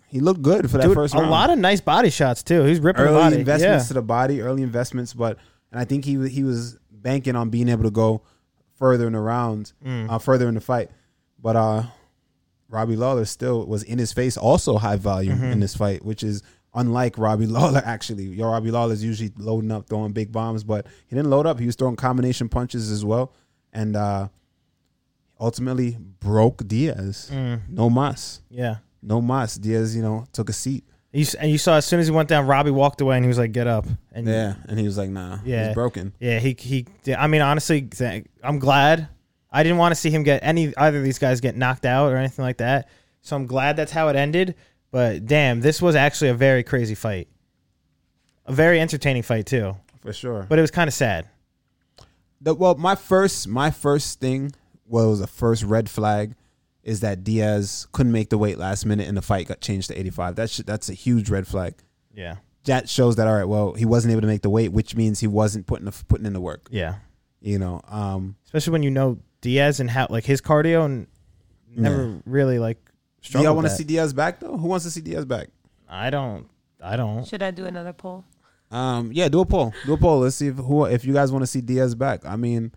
he looked good for that Dude, first a round. lot of nice body shots too. He's ripping the early body. investments yeah. to the body, early investments. But and I think he wa- he was banking on being able to go further in the rounds, Mm. uh, further in the fight. But uh, Robbie Lawler still was in his face, also high volume Mm-hmm. in this fight, which is unlike Robbie Lawler. Actually, your Robbie Lawler is usually loading up, throwing big bombs, but he didn't load up. He was throwing combination punches as well, and uh, ultimately broke Diaz. Mm. No mas, Yeah. no mas. Diaz, you know, took a seat. You, s- and you saw as soon as he went down, Robbie walked away and he was like, "Get up!" And Yeah, and he was like, "Nah, yeah, he's broken." Yeah, he he. did- I mean, honestly, th- I'm glad. I didn't want to see him get any either of these guys get knocked out or anything like that. So I'm glad that's how it ended. But damn, this was actually a very crazy fight, a very entertaining fight too. For sure. But But it was kind of sad. the, well, my first my first thing well, was the first red flag is that Diaz couldn't make the weight last minute and the fight got changed to 85. That's that's a huge red flag. Yeah, That shows that all right, well, he wasn't able to make the weight, which means he wasn't putting the, putting in the work, yeah. you know. Um Especially when you know Diaz and how like his cardio and never really like. do y'all Struggled want to that. see Diaz back though? Who wants to see Diaz back? I don't. I don't. Should I do another poll? Um yeah, do a poll. Do a poll. Let's see if who if you guys want to see Diaz back. I mean,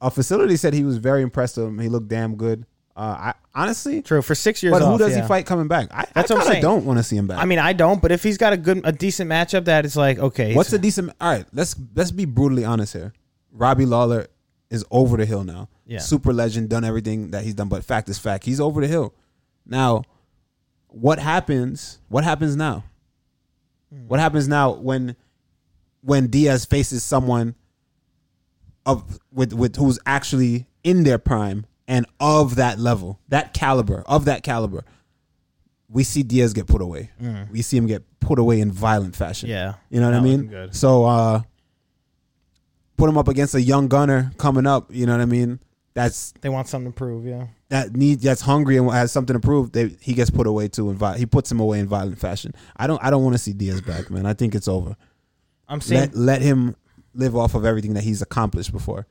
a facility said he was very impressed with him. He looked damn good. Uh I honestly True for six years. But who off, does yeah. he fight coming back? I, That's I what I'm kind of saying. don't want to see him back. I mean, I don't. But if he's got a good, a decent matchup, that is like okay. what's a decent? All right, let's let's be brutally honest here. Robbie Lawler is over the hill now. Yeah. super legend, done everything that he's done. But fact is fact, he's over the hill. Now, what happens? What happens now? Hmm. What happens now when when Diaz faces someone of with with who's actually in their prime and of that level, that caliber, of that caliber? We see Diaz get put away. We see him get put away in violent fashion. Hmm. Yeah. You know what I Not mean? looking good. So uh put him up against a young gunner coming up, you know what I mean? That's They want something to prove, yeah. that need that's hungry and has something to prove. They, he gets put away too in vi- he puts him away in violent fashion. I don't I don't want to see Diaz back, man. I think it's over. I'm seeing. Let let him live off of everything that he's accomplished before.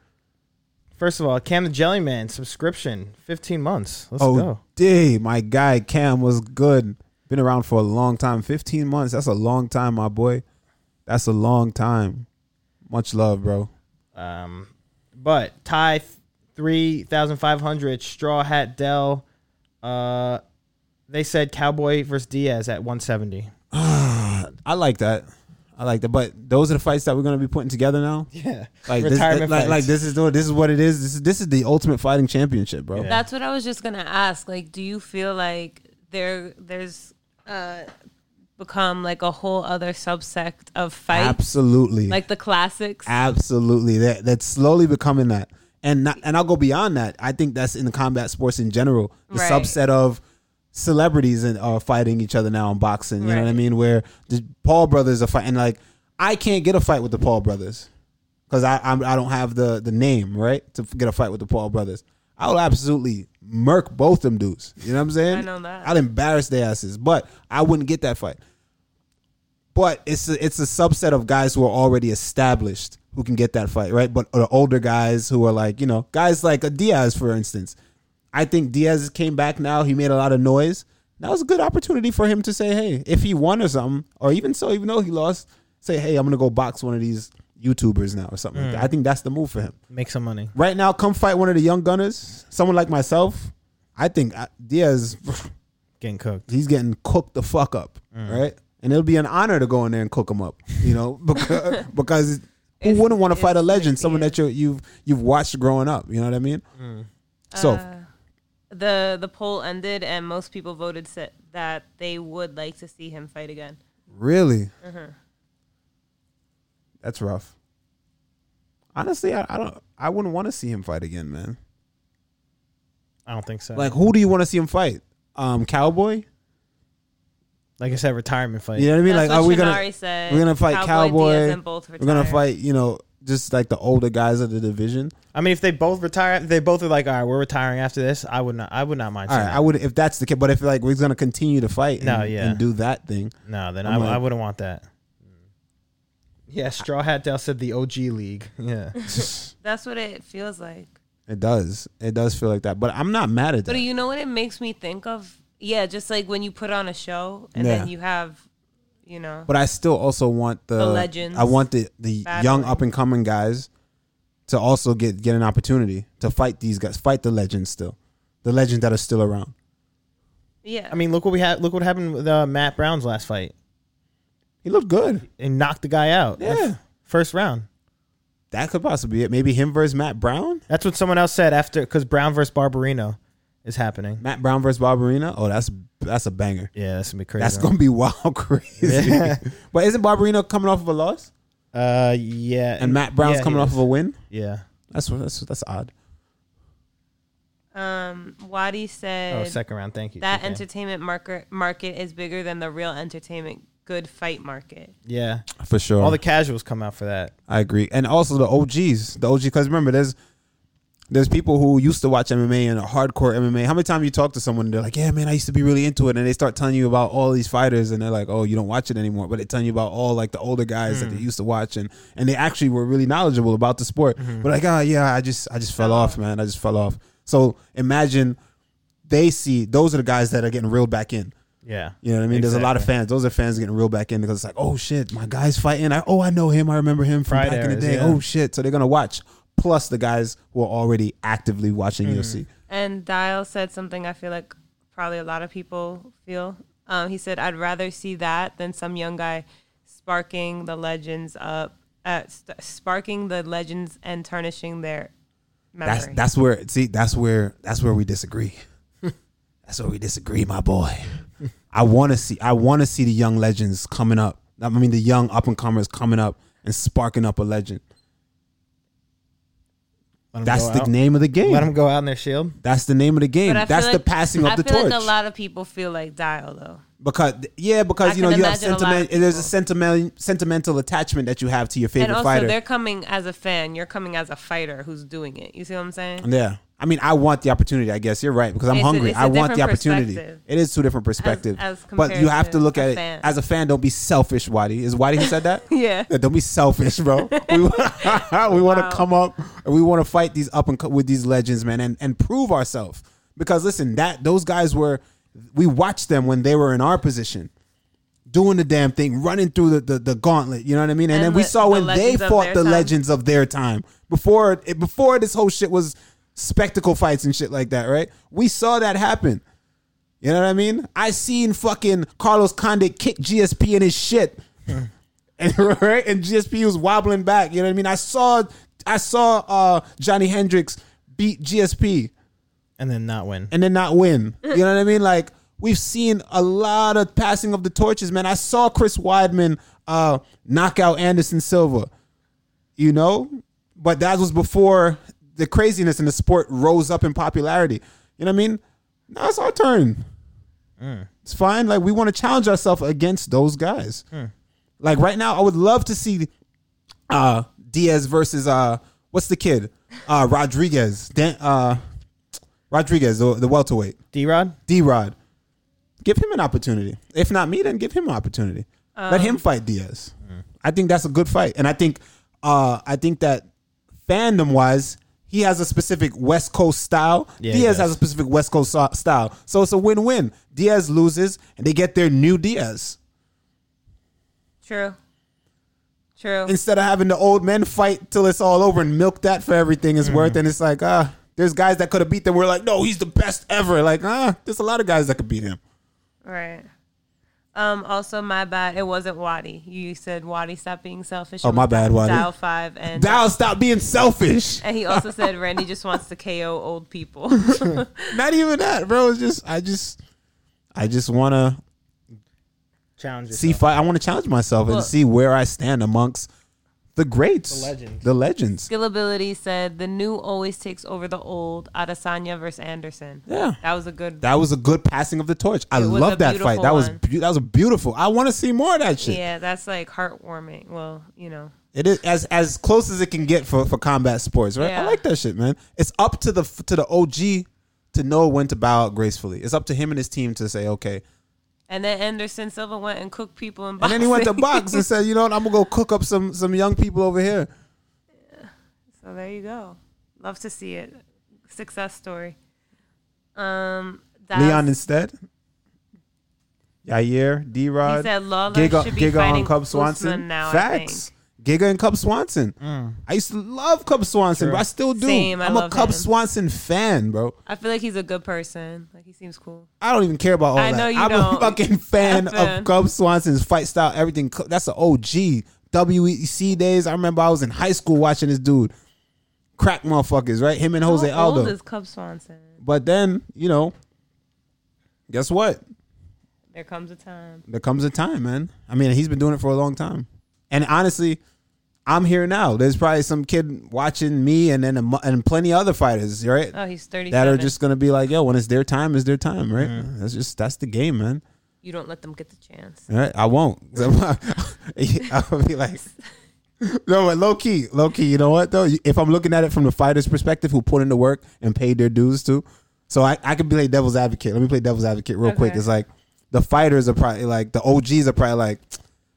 first of all, Cam the Jellyman subscription, 15 months. Let's Oh, go. day, my guy Cam was good. Been around for a long time, fifteen months. That's a long time, my boy. That's a long time. Much love, bro. Um, but Ty, 3,500 Straw Hat Dell. Uh, they said Cowboy versus Diaz at 170. I like that. I like that. But those are the fights that we're gonna be putting together now. Yeah, Like retirement. this, like, like fights. this is this is what it is. This is this is the ultimate fighting championship, bro. Yeah. That's what I was just gonna ask. Like, do you feel like there there's uh become like a whole other subsect of fights, Absolutely, like the classics? absolutely. That that's slowly becoming that, and not, and I'll go beyond that. I think that's in the combat sports in general. The Right. subset of celebrities and are fighting each other now in boxing. You know what I Right. mean? Where the Paul brothers are fighting. Like I can't get a fight with the Paul brothers because I I'm, I don't have the the name right to get a fight with the Paul brothers. I will absolutely murk both them dudes. You know what I'm saying? I know that. I'd embarrass their asses, but I wouldn't get that fight. But it's a, it's a subset of guys who are already established who can get that fight, right? But the older guys who are like, you know, guys like a Diaz, for instance. I think Diaz came back now. He made a lot of noise. That was a good opportunity for him to say, hey, if he won or something, or even so, even though he lost, say, hey, I'm going to go box one of these YouTubers now or something like that. I think that's the move for him Make some money. right now come fight one of the young gunners someone like myself i think uh, diaz Getting cooked. he's getting cooked the fuck up right and it'll be an honor to go in there and cook him up you know because, because who If- wouldn't want to if fight a legend Diaz- someone that you, you've you've watched growing up you know what i mean so Uh, the the poll ended, and most people voted sa- that they would like to see him fight again. really mm-hmm. that's rough honestly I, I don't i wouldn't want to see him fight again man I don't think so. Like, like who do you want to see him fight um cowboy I said, retirement fight. you know what i mean That's like what are we Shannari gonna said. We're gonna fight Cowboy. Diaz, and both We're gonna retire. fight, you know, just like the older guys of the division. I mean, if they both retire, if they both are like, all right, we're retiring after this. I would not. I would not mind. All Seeing right, I that. would if that's the case. But if like we're gonna continue to fight, and, No, yeah. and do that thing. no, then I'm I, like- I wouldn't want that. Yeah, Straw Hat Dale said the OG league. Yeah. That's what it feels like. It does. It does feel like that. But I'm not mad at But that. you know what it makes me think of? Yeah, just like when you put on a show and Yeah. then you have, you know, But I still also want the, The legends. I want the the young Battling. up and coming guys to also get get an opportunity to fight these guys, fight the legends still, the legends that are still around. yeah. I mean, look what we had. Look what happened with uh, Matt Brown's last fight He looked good. and knocked the guy out. Yeah. That's- First round. That could possibly be it. Maybe him versus Matt Brown. That's what someone else said after because Brown versus Barbarino is happening. Matt Brown versus Barbarina. Oh, that's that's a banger. Yeah, that's gonna be crazy. That's gonna be wild crazy. Yeah. but isn't Barbarino coming off of a loss Uh, yeah. and Matt Brown's yeah, he coming off is. of a win? Yeah. That's what- that's that's odd. um, Wadi Oh, said second round. Thank you. that TK. entertainment market market is bigger than the real entertainment good fight market. Yeah. For sure. All the casuals come out for that. I agree, and also the OGs, the OG. Because remember, there's there's people who used to watch MMA and are hardcore MMA. How many times you talk to someone, and they're like, "Yeah, man, I used to be really into it," and they start telling you about all these fighters, and they're like, "Oh, you don't watch it anymore," but they telling you about all like the older guys that they used to watch, and and they actually were really knowledgeable about the sport. But like, oh yeah, I just I just fell off, man. I just fell off. So imagine they see those are the guys that are getting reeled back in. Yeah. You know what I mean? There's a lot of Exactly. fans. Those are fans getting real back in because it's like, oh shit, my guy's fighting. I oh I know him. I remember him from Pride back in the eras, day. yeah. Oh shit. So they're gonna watch. Plus the guys who are already actively watching Mm. UFC. And Dial said something I feel like probably a lot of people feel. Um, he said, I'd rather see that than some young guy sparking the legends up, uh, st- sparking the legends and tarnishing their memory. That's that's where see that's where that's where we disagree. that's where we disagree, my boy. I want to see I want to see the young legends coming up. I mean the young up and comers coming up and sparking up a legend. Let 'em That's go the out. name of the game. Let them go out in their shield. That's the name of the game. But I feel That's the like- passing of I the feel torch. like a lot of people feel like Dial though. because yeah, because I you know can you have imagine a lot of sentiment. There's a people. sentimental sentimental attachment that you have to your favorite and also, fighter. they're coming as a fan. You're coming as a fighter who's doing it. You see what I'm saying? Yeah, I mean, I want the opportunity. I guess you're right because I'm It's a- hungry. it's a I want the different opportunity. It perspective. is two different perspectives, as but you compared have to to look a at it fan. as a fan. Don't be selfish, Waddy. Is Waddy who said that? Yeah. Yeah, Don't be selfish, bro. We, want to come up and we want to fight these up and co- with these legends, man, and, and prove ourselves. Because listen, that those guys were, we watched them when they were in our position, doing the damn thing, running through the the, the gauntlet. You know what I mean? And, And then we the- saw the when they legends of fought their the time. legends of their time before it, before this whole shit was spectacle fights and shit like that, right? We saw that happen. You know what I mean? I seen fucking Carlos Condit kick GSP in his shit. And right? And GSP was wobbling back. You know what I mean? I saw I saw uh Johnny Hendricks beat GSP And then not win. and then not win. You know what I mean? Like we've seen a lot of passing of the torches, man. I saw Chris Weidman uh knock out Anderson Silva. You know? But that was before the craziness in the sport rose up in popularity. You know what I mean? Now it's our turn. It's fine. Like we want to challenge ourselves against those guys. Like right now, I would love to see uh Diaz versus uh what's the kid? Uh Rodriguez. Dan, uh Rodriguez, the, the welterweight. D Rod? D Rod. Give him an opportunity. If not me, then give him an opportunity. Let him fight Diaz. I think that's a good fight. And I think uh I think that fandom wise, he has a specific West Coast style. Yeah, he Diaz does. has a specific West Coast so- style. So it's a win-win. Diaz loses and they get their new Diaz. True. True. instead of having the old men fight till it's all over and milk that for everything it's Mm-hmm. worth. And it's like, ah, there's guys that could have beat them. We're like, no, he's the best ever. Like, ah, there's a lot of guys that could beat him. Right. Um, also, my bad. It wasn't Wadi. You said Wadi, stop being selfish. Oh, my bad, Wadi. Dial five and Dow, stop being selfish. and he also said Randy just wants to KO old people. Not even that, bro. It's just, I just, I just want to Challenge see yourself. fight. I want to challenge myself and Look. see where I stand amongst the greats, The legends. the legends. Skillability said the new always takes over the old. Adesanya versus Anderson. Yeah. that was a good. That was a good passing of the torch. I It was a love that fight. beautiful That was one. beau- that was beautiful. I want to see more of that shit. yeah, that's like heartwarming. Well, you know, It is as as close as it can get for, for combat sports, right? I Yeah. like that shit, man. It's up to the to the OG to know when to bow out gracefully. It's up to him and his team to say, okay, And then Anderson Silva went and cooked people in And boxing. then he went to box and said, "You know what? I'm gonna go cook up some some young people over here." So there you go. Love to see it. Success story. Um, Daz- Leon instead. Yair, D he Rod, said Lawler Giga, should be Giga fighting on Cub Usman Swanson. now. Facts. Giga and Cub Swanson. I used to love Cub Swanson, True. but I still do. Same, I I'm a love Cub him. Swanson fan, bro. I think. I feel like he's a good person. Like he seems cool. I don't even care about all I that. know you I'm a don't. fucking fan of Effing. Cub Swanson's fight style, everything. Cu- That's an OG. WEC E days. I remember I was in high school watching this dude crack motherfuckers, right? Him and Jose How old Aldo. is Cub Swanson? But then, you know, guess what? There comes a time. There comes a time, man. I mean, he's been doing it for a long time. And honestly, I'm here now. There's probably some kid watching me and then a, mu- and plenty of other fighters, right? Oh, he's thirty. that are just gonna be like, yo, when it's their time, it's their time, right? That's just that's the game, man. you don't let them get the chance. All right, I won't. I'll be like, no, but low key, low key. You know what though? If I'm looking at it from the fighter's perspective, who put in the work and paid their dues too, so I I could play devil's advocate. Let me play devil's advocate real quick. Okay. It's like the fighters are probably like the OGs are probably like,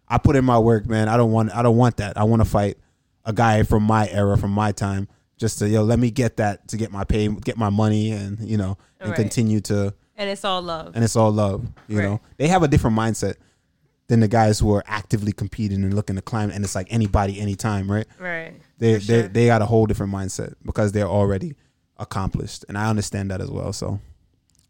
I put in my work, man. I don't want I don't want that. I want to fight a guy from my era, from my time, just to yo let me get that to get my pay, get my money, and you know, and Right. continue to And it's all love. and it's all love. You Right. know, they have a different mindset than the guys who are actively competing and looking to climb. And it's like anybody, anytime, right? right. They For they sure. they got a whole different mindset because they're already accomplished, and I understand that as well. So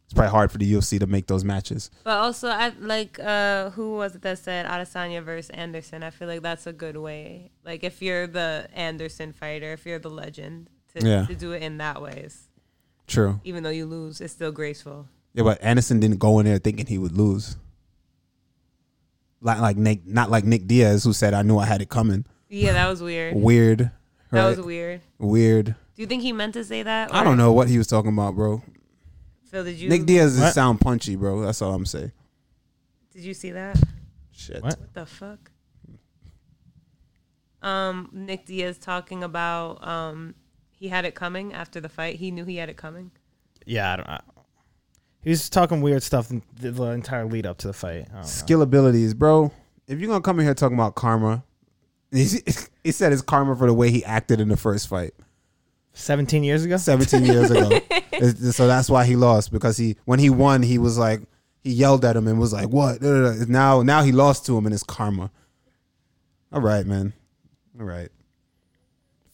it's probably hard for the UFC to make those matches. But also, I like uh, who was it that said Adesanya versus Anderson? I feel like that's a good way. Like if you're the Anderson fighter, if you're the legend, to, Yeah. to do it in that ways, True. even though you lose, it's still graceful. Yeah, but Anderson didn't go in there thinking he would lose. Like like Nick, not like Nick Diaz, who said I knew I had it coming. Yeah, that was weird. Weird. That right? was weird. weird. Do you think he meant to say that? I don't know what he was talking about, bro. Phil, did you Nick Diaz is What? sound punchy, bro. That's all I'm saying. did you see that? Shit. What? What the fuck? Um, Nick Diaz talking about um, he had it coming after the fight. He knew he had it coming. Yeah, I don't. I, he was talking weird stuff in the, the entire lead up to the fight. I don't know. Skill abilities, bro. If you're gonna come in here talking about karma, he he said it's karma for the way he acted in the first fight, Seventeen years ago. 17 years ago. It's- So that's why he lost because he when he won he was like he yelled at him and was like what Da, da, da. now now he lost to him and it's karma. All right, man. All right.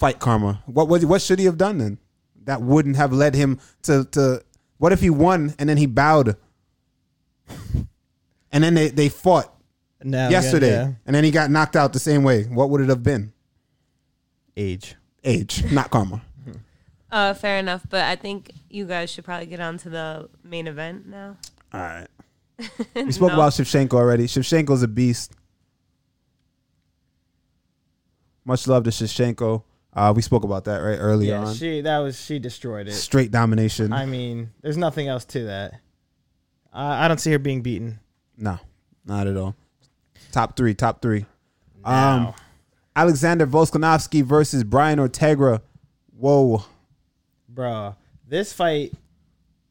Fight karma. What what what should he have done then? That wouldn't have led him to to. What if he won and then he bowed, and then they they fought. No, yesterday, yeah, yeah. and then he got knocked out the same way. What would it have been? Age. Age, not karma. Uh, fair enough, but I think you guys should probably get on to the main event now. All right. We spoke about Shevchenko already. Shevchenko's a beast. Much love to Shevchenko. Uh, we spoke about that right early Yeah, on. she that was she destroyed it. Straight domination. I mean, there's nothing else to that. I I don't see her being beaten. no, not at all. Top three, top three. Um, Now. Alexander Volkanovski versus Brian Ortega. Whoa, bro, this fight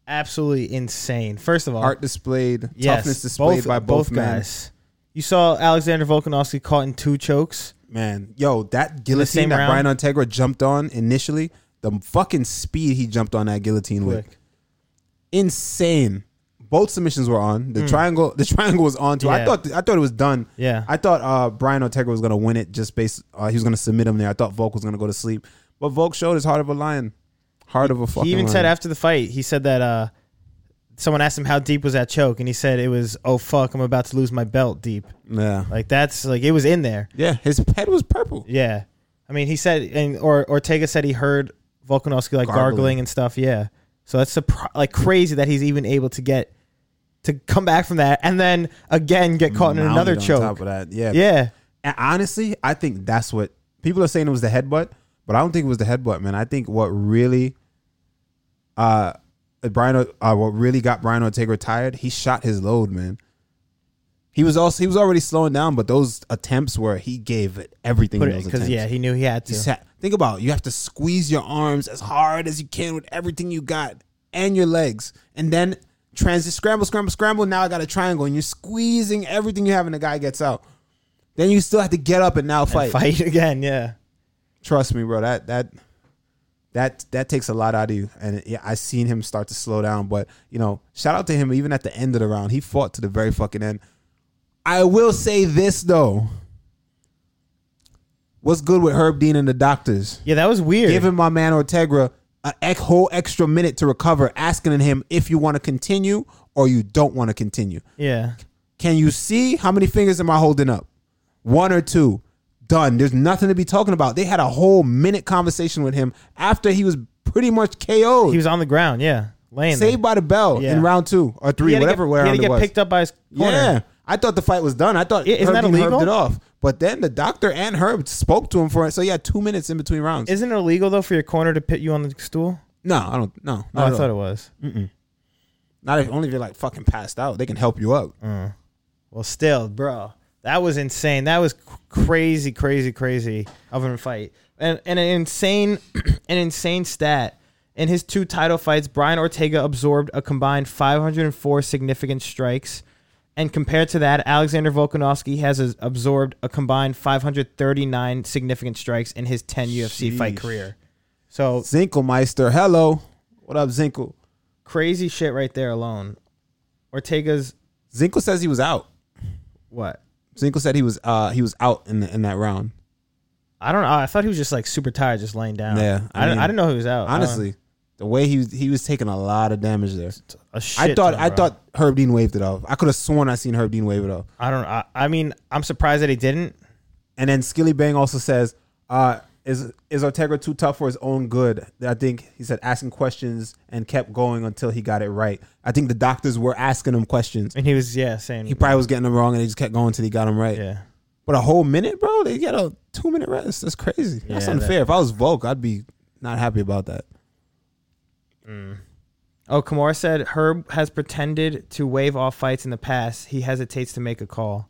absolutely insane. First of all, art displayed, yes, toughness displayed by both, men. guys. You saw Alexander Volkanovski caught in two chokes. Man, yo, that guillotine same that round? Brian Ortega jumped on initially, the fucking speed he jumped on that guillotine with, Quick. insane. Both submissions were on. The triangle, the triangle was on too. Hmm. I Yeah. thought, I thought it was done. Yeah. I thought uh, Brian Ortega was gonna win it just based. Uh, he was gonna submit him there. I thought Volk was gonna go to sleep, but Volk showed his heart of a lion, heart of a fucking. he even lion. said after the fight, he said that uh, someone asked him how deep was that choke, and he said it was oh fuck, I'm about to lose my belt deep. yeah, Like that's like it was in there. yeah. His head was purple. Yeah, I mean he said, and or Ortega said he heard Volkanovski like gargling, Gargling. and stuff. Yeah, so that's surpri- like crazy that he's even able to get to come back from that, and then again get caught in Mounted another on Top choke. of that, yeah, Yeah, And honestly, I think that's what people are saying it was the headbutt, but I don't think it was the headbutt, man. I think what really, uh, Brian, O- uh, what really got Brian Ortega tired, he shot his load, man. He was also he was already slowing down, but those attempts were he gave it everything. in those because attempts. yeah, he knew he had to. He sat- think about it. you have to squeeze your arms as hard as you can with everything you got and your legs, and then transit scramble, scramble, scramble. Now I got a triangle, and you're squeezing everything you have, and the guy gets out. Then you still have to get up and now Fight. fight. again, yeah. Trust me, bro. That that that that takes a lot out of you. And yeah, I seen him start to slow down, but you know, shout out to him. Even at the end of the round, he fought to the very fucking end. I will say this though. What's good with Herb Dean and the doctors? Yeah, that was weird. giving my man Ortega a ec- whole extra minute to recover, asking him if you want to continue or you don't want to continue. yeah. Can you see how many fingers am I holding up? One or two. Done. There's nothing to be talking about. They had a whole minute conversation with him after he was pretty much KO'd. He was on the ground, yeah. Laying there. saved by the bell Yeah. in round two or He three, had to whatever, get, whatever He had to it get was. picked up by his corner. Yeah. I thought the fight was done. I thought I- isn't Herb that Dean illegal? herbed it off. But then the doctor and Herb spoke to him for it. So he had two minutes in between rounds. Isn't it illegal though for your corner to pit you on the stool? no, I don't. No, Oh, not I at all. thought it was. Not if only if you're like fucking passed out. They can help you up. Well, still, bro, that was insane. That was c- crazy, crazy, crazy of a fight, and, and an insane, an insane stat. In his two title fights, Brian Ortega absorbed a combined 504 significant strikes, and compared to that, Alexander Volkanovski has as- absorbed a combined 539 significant strikes in his 10 UFC fight Sheesh. career. So Zinkelmeister, hello. What up, Zinkel? crazy shit right there alone. Ortega's Zinkel says he was out. what? Zinkel said he was uh he was out in the, in that round. I don't know. I thought he was just like super tired, just laying down. I, Yeah, I didn't, I mean, didn't know he was out. I don't- Honestly, the way he was, he was taking a lot of damage there. a shit I thought ton, I bro. thought Herb Dean waved it off. I could have sworn I seen Herb Dean wave it off. I don't. I, I mean, I'm surprised that he didn't. And then Skilly Bang also says, uh, is is Ortega too tough for his own good? I think he said asking questions and kept going until he got it right. I think the doctors were asking him questions. And he was yeah saying He probably was getting them wrong and they just kept going until he got them right. yeah. But a whole minute, bro? They get a two minute rest. That's crazy. That's Yeah, unfair. If I was Volk, I'd be not happy about that. Oh, Kimura said Herb has pretended to waive off fights in the past. He hesitates to make a call.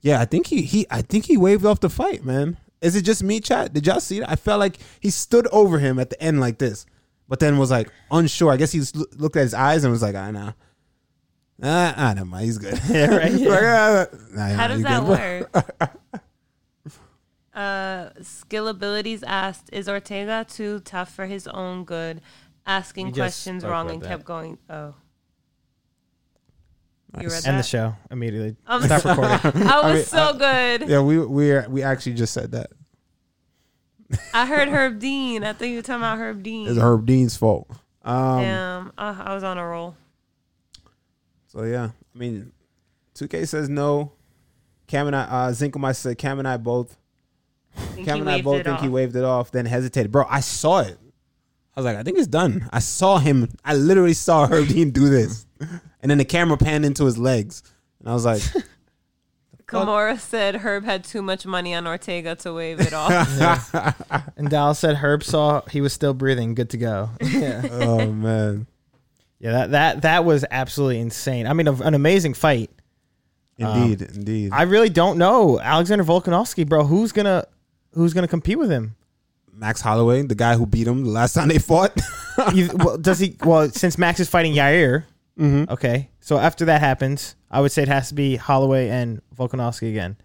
Yeah, I think he he I think he waved off the fight, man. Is it just me, chat? Did y'all see that? I felt like he stood over him at the end like this, but then was like unsure. I guess he just loo- looked at his eyes and was like, I know. Ah, I don't mind. He's good. ah, Yeah, right, yeah. How does that work? uh, skill abilities asked: Is Ortega too tough for his own good? Asking We just questions spoke wrong about and that. kept going. Oh, you read Nice. that? End the show immediately. I'm Stop recording. I was mean, uh, so good. Yeah, we we are, we actually just said that. I heard Herb Dean. I think you were talking about Herb Dean. It's Herb Dean's fault. Um, Damn, Ugh, I was on a roll. So yeah, I mean, 2K says no. Cam and I, uh, Zinkelmeyer said Cam and I both. I think Cam he and I waved both it think he off. waved it off, then hesitated. Bro, I saw it. I was like, I think it's done. I saw him. I literally saw Herb Dean do this, and then the camera panned into his legs, and I was like, Kimura said Herb had too much money on Ortega to waive it off. and Dallas said Herb saw he was still breathing. Good to go. Yeah. Oh man, yeah. That that that was absolutely insane. I mean, a, an amazing fight. indeed, indeed. I really don't know Alexander Volkanovski, bro. Who's gonna who's gonna compete with him? Max Holloway, the guy who beat him the last time they fought. you, well, does he? Well, since Max is fighting Yair, okay. So after that happens, I would say it has to be Holloway and Volkanovski again.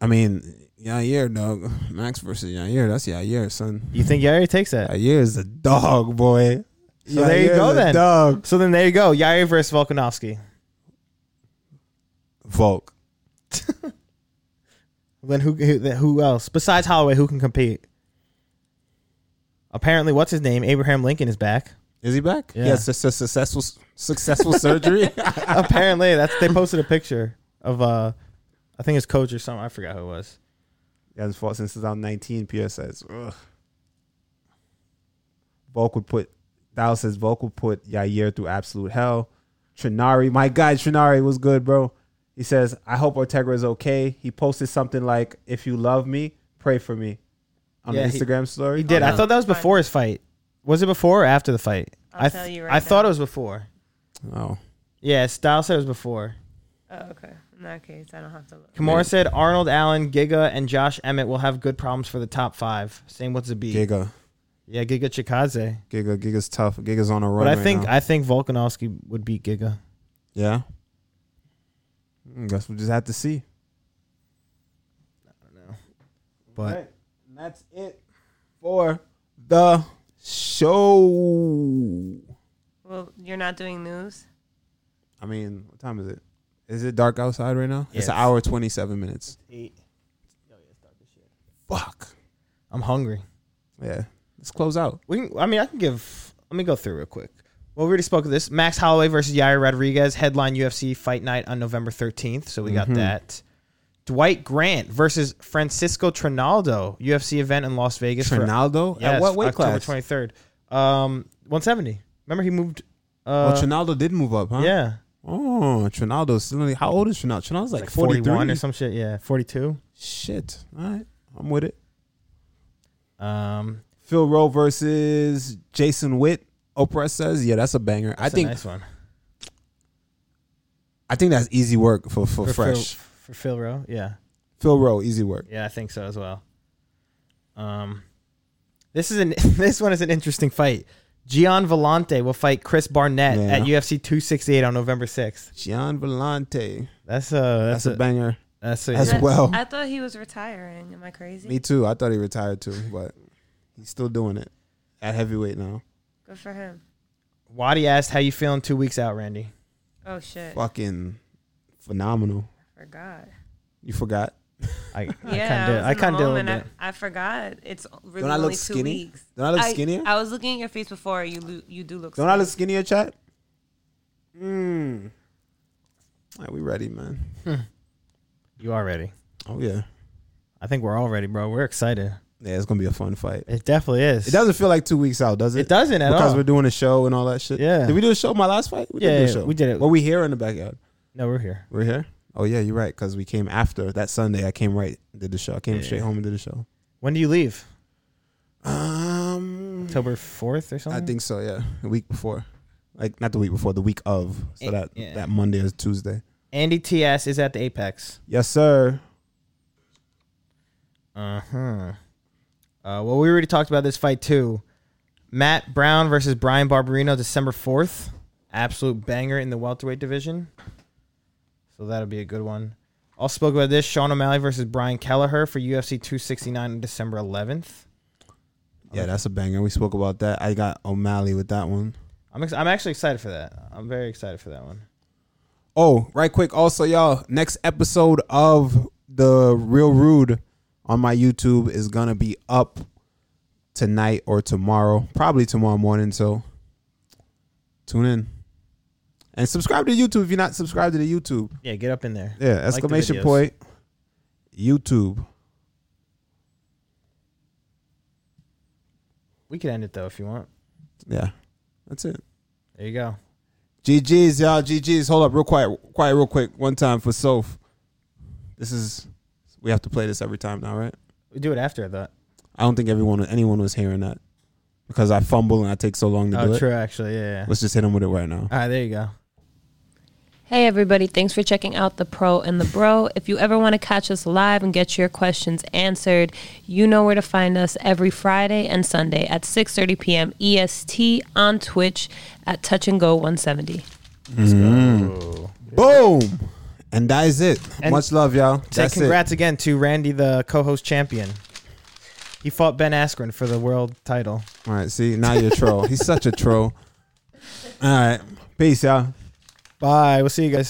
I mean, Yair, dog. Max versus Yair. That's Yair, son. You think Yair takes that? Yair is a dog, boy. So there you Yair's go a then. Dog. So then there you go, Yair versus Volkanovski. Volk. Then who who, then who else besides Holloway who can compete? Apparently, what's his name? Abraham Lincoln is back. Is he back? Yeah. Yes, it's a successful successful surgery. Apparently, that's they posted a picture of uh, I think his coach or something. I forgot who it was. He hasn't fought since 2019. Pierre says. Ugh. Volk would put. Dow says Volk would put Yair through absolute hell. Trinari, my guy Trinari was good, bro. He says, "I hope Ortega is okay." He posted something like, "If you love me, pray for me," on Yeah, the he- Instagram story. Oh, He did. I no, thought that was fine. before his fight. Was it before or after the fight? I'll I tell you right I thought now. it was before. Oh, Yeah, Styles said it was before. oh, okay. In that case, I don't have to look. Kimura said Arnold Allen, Giga, and Josh Emmett will have good problems for the top five. Same with Zabit. Giga. Yeah, Giga Chikaze. Giga, Giga's tough. Giga's on a roll. But I right think now. I think Volkanovski would beat Giga. yeah. Mm, Guess we just have to see. But And that's it for the show. Well, you're not doing news. I mean, what time is it? Is it dark outside right now? It's Yes. an hour twenty seven minutes. Fuck. I'm hungry. Yeah. Let's close out. We can, I mean, I can give. Let me go through real quick. Well, we already spoke of this. Max Holloway versus Yair Rodriguez headline UFC fight night on November 13th. So we got Mm-hmm. that. Dwight Grant versus Francisco Trinaldo UFC event in Las Vegas. for- Trinaldo? Yes, At what weight October class? 23rd. Um, 170. Remember he moved. oh, Uh, Trinaldo did move up, huh? yeah, Oh, Trinaldo's still only how old is Trinaldo? Trinaldo's like, like 43 41 or some shit. Yeah, 42. Shit. All right. I'm with it. Um, Phil Rowe versus Jason Witt. Oprah says, "Yeah, that's a banger. I that's think a nice one I think that's easy work for for, for fresh. Phil, for Phil Rowe. Yeah. Phil Rowe, easy work. Yeah, I think so as well. Um, this is an this one is an interesting fight. Gian Vellante will fight Chris Barnett Yeah. at UFC 268 on November 6th. Gian Vellante, That's a that's, that's, a, a, banger that's a as That- well. I thought he was retiring. Am I crazy? Me too. I thought he retired too, but he's still doing it at heavyweight now. Good for him. Waddy asked how you feeling two weeks out, Randy. Oh shit! Fucking phenomenal. I forgot. You forgot? I, Yeah, I I, kind of did. I kind of moment. did. I, I forgot. It's really Don't I look only two skinny? weeks. Don't I look skinnier? I was looking at your face before. You lo- you do look. Don't I look skinnier, chat? Mmm. All right, we ready, man. You are ready. Oh yeah, I think we're all ready, bro. We're excited. yeah. It's gonna be a fun fight. It definitely is. It doesn't feel like two weeks out, does it? It doesn't at because all. we're doing a show and all that shit. Yeah. Did we do a show my last fight? We Yeah, did do yeah, a show. we did it. Were we here in the backyard? no, we're here. We're here. Oh yeah, you're right. Because we came after that Sunday. I came right, did the show. I came Yeah. straight home and did the show. When do you leave? Um, October 4th or I something? think so. Yeah, the week before, like not the week before, the week of. So Eh, that yeah. that Monday is Tuesday. Andy TS is at the Apex. Yes, sir. Uh-huh. Uh Well, we already talked about this fight too. Matt Brown versus Brian Barberino, December fourth. Absolute banger in the welterweight division. So that'll be a good one. Also spoke about this: Sean O'Malley versus Brian Kelleher for UFC 269 on December 11th. Yeah, that's a banger. We spoke about that. I got O'Malley with that one. I'm ex- I'm actually excited for that. I'm very excited for that one. Oh, right quick. Also, y'all, next episode of The Real Rude on my YouTube is going to be up tonight or tomorrow, probably tomorrow morning. So tune in and subscribe to YouTube if you're not subscribed to the YouTube. Yeah, get up in there. Yeah, the exclamation videos. point. YouTube. We can end it though if you want. Yeah, that's it. There you go. GG's, y'all. GG's. Hold up, real quiet, quiet, real quick. One time for Soph. This is, we have to play this every time now, right? We do it after that. I don't think everyone anyone was hearing that because I fumble and I take so long to do Oh, it. true. Actually, yeah. yeah. Let's just hit him with it right now. All right, there you go. Hey, everybody, thanks for checking out The Pro and The Bro. If you ever want to catch us live and get your questions answered, you know where to find us every Friday and Sunday at 6.30 p.m. EST E on Twitch at Touch and Go 170. Mm-hmm. Boom, and that is it. And- Much love, y'all. Say That's it. congrats again to Randy, the co-host champion. He fought Ben Askren for the world title. All right, see now you're a troll. He's such a troll. All right, peace, y'all. Bye. We'll see you guys.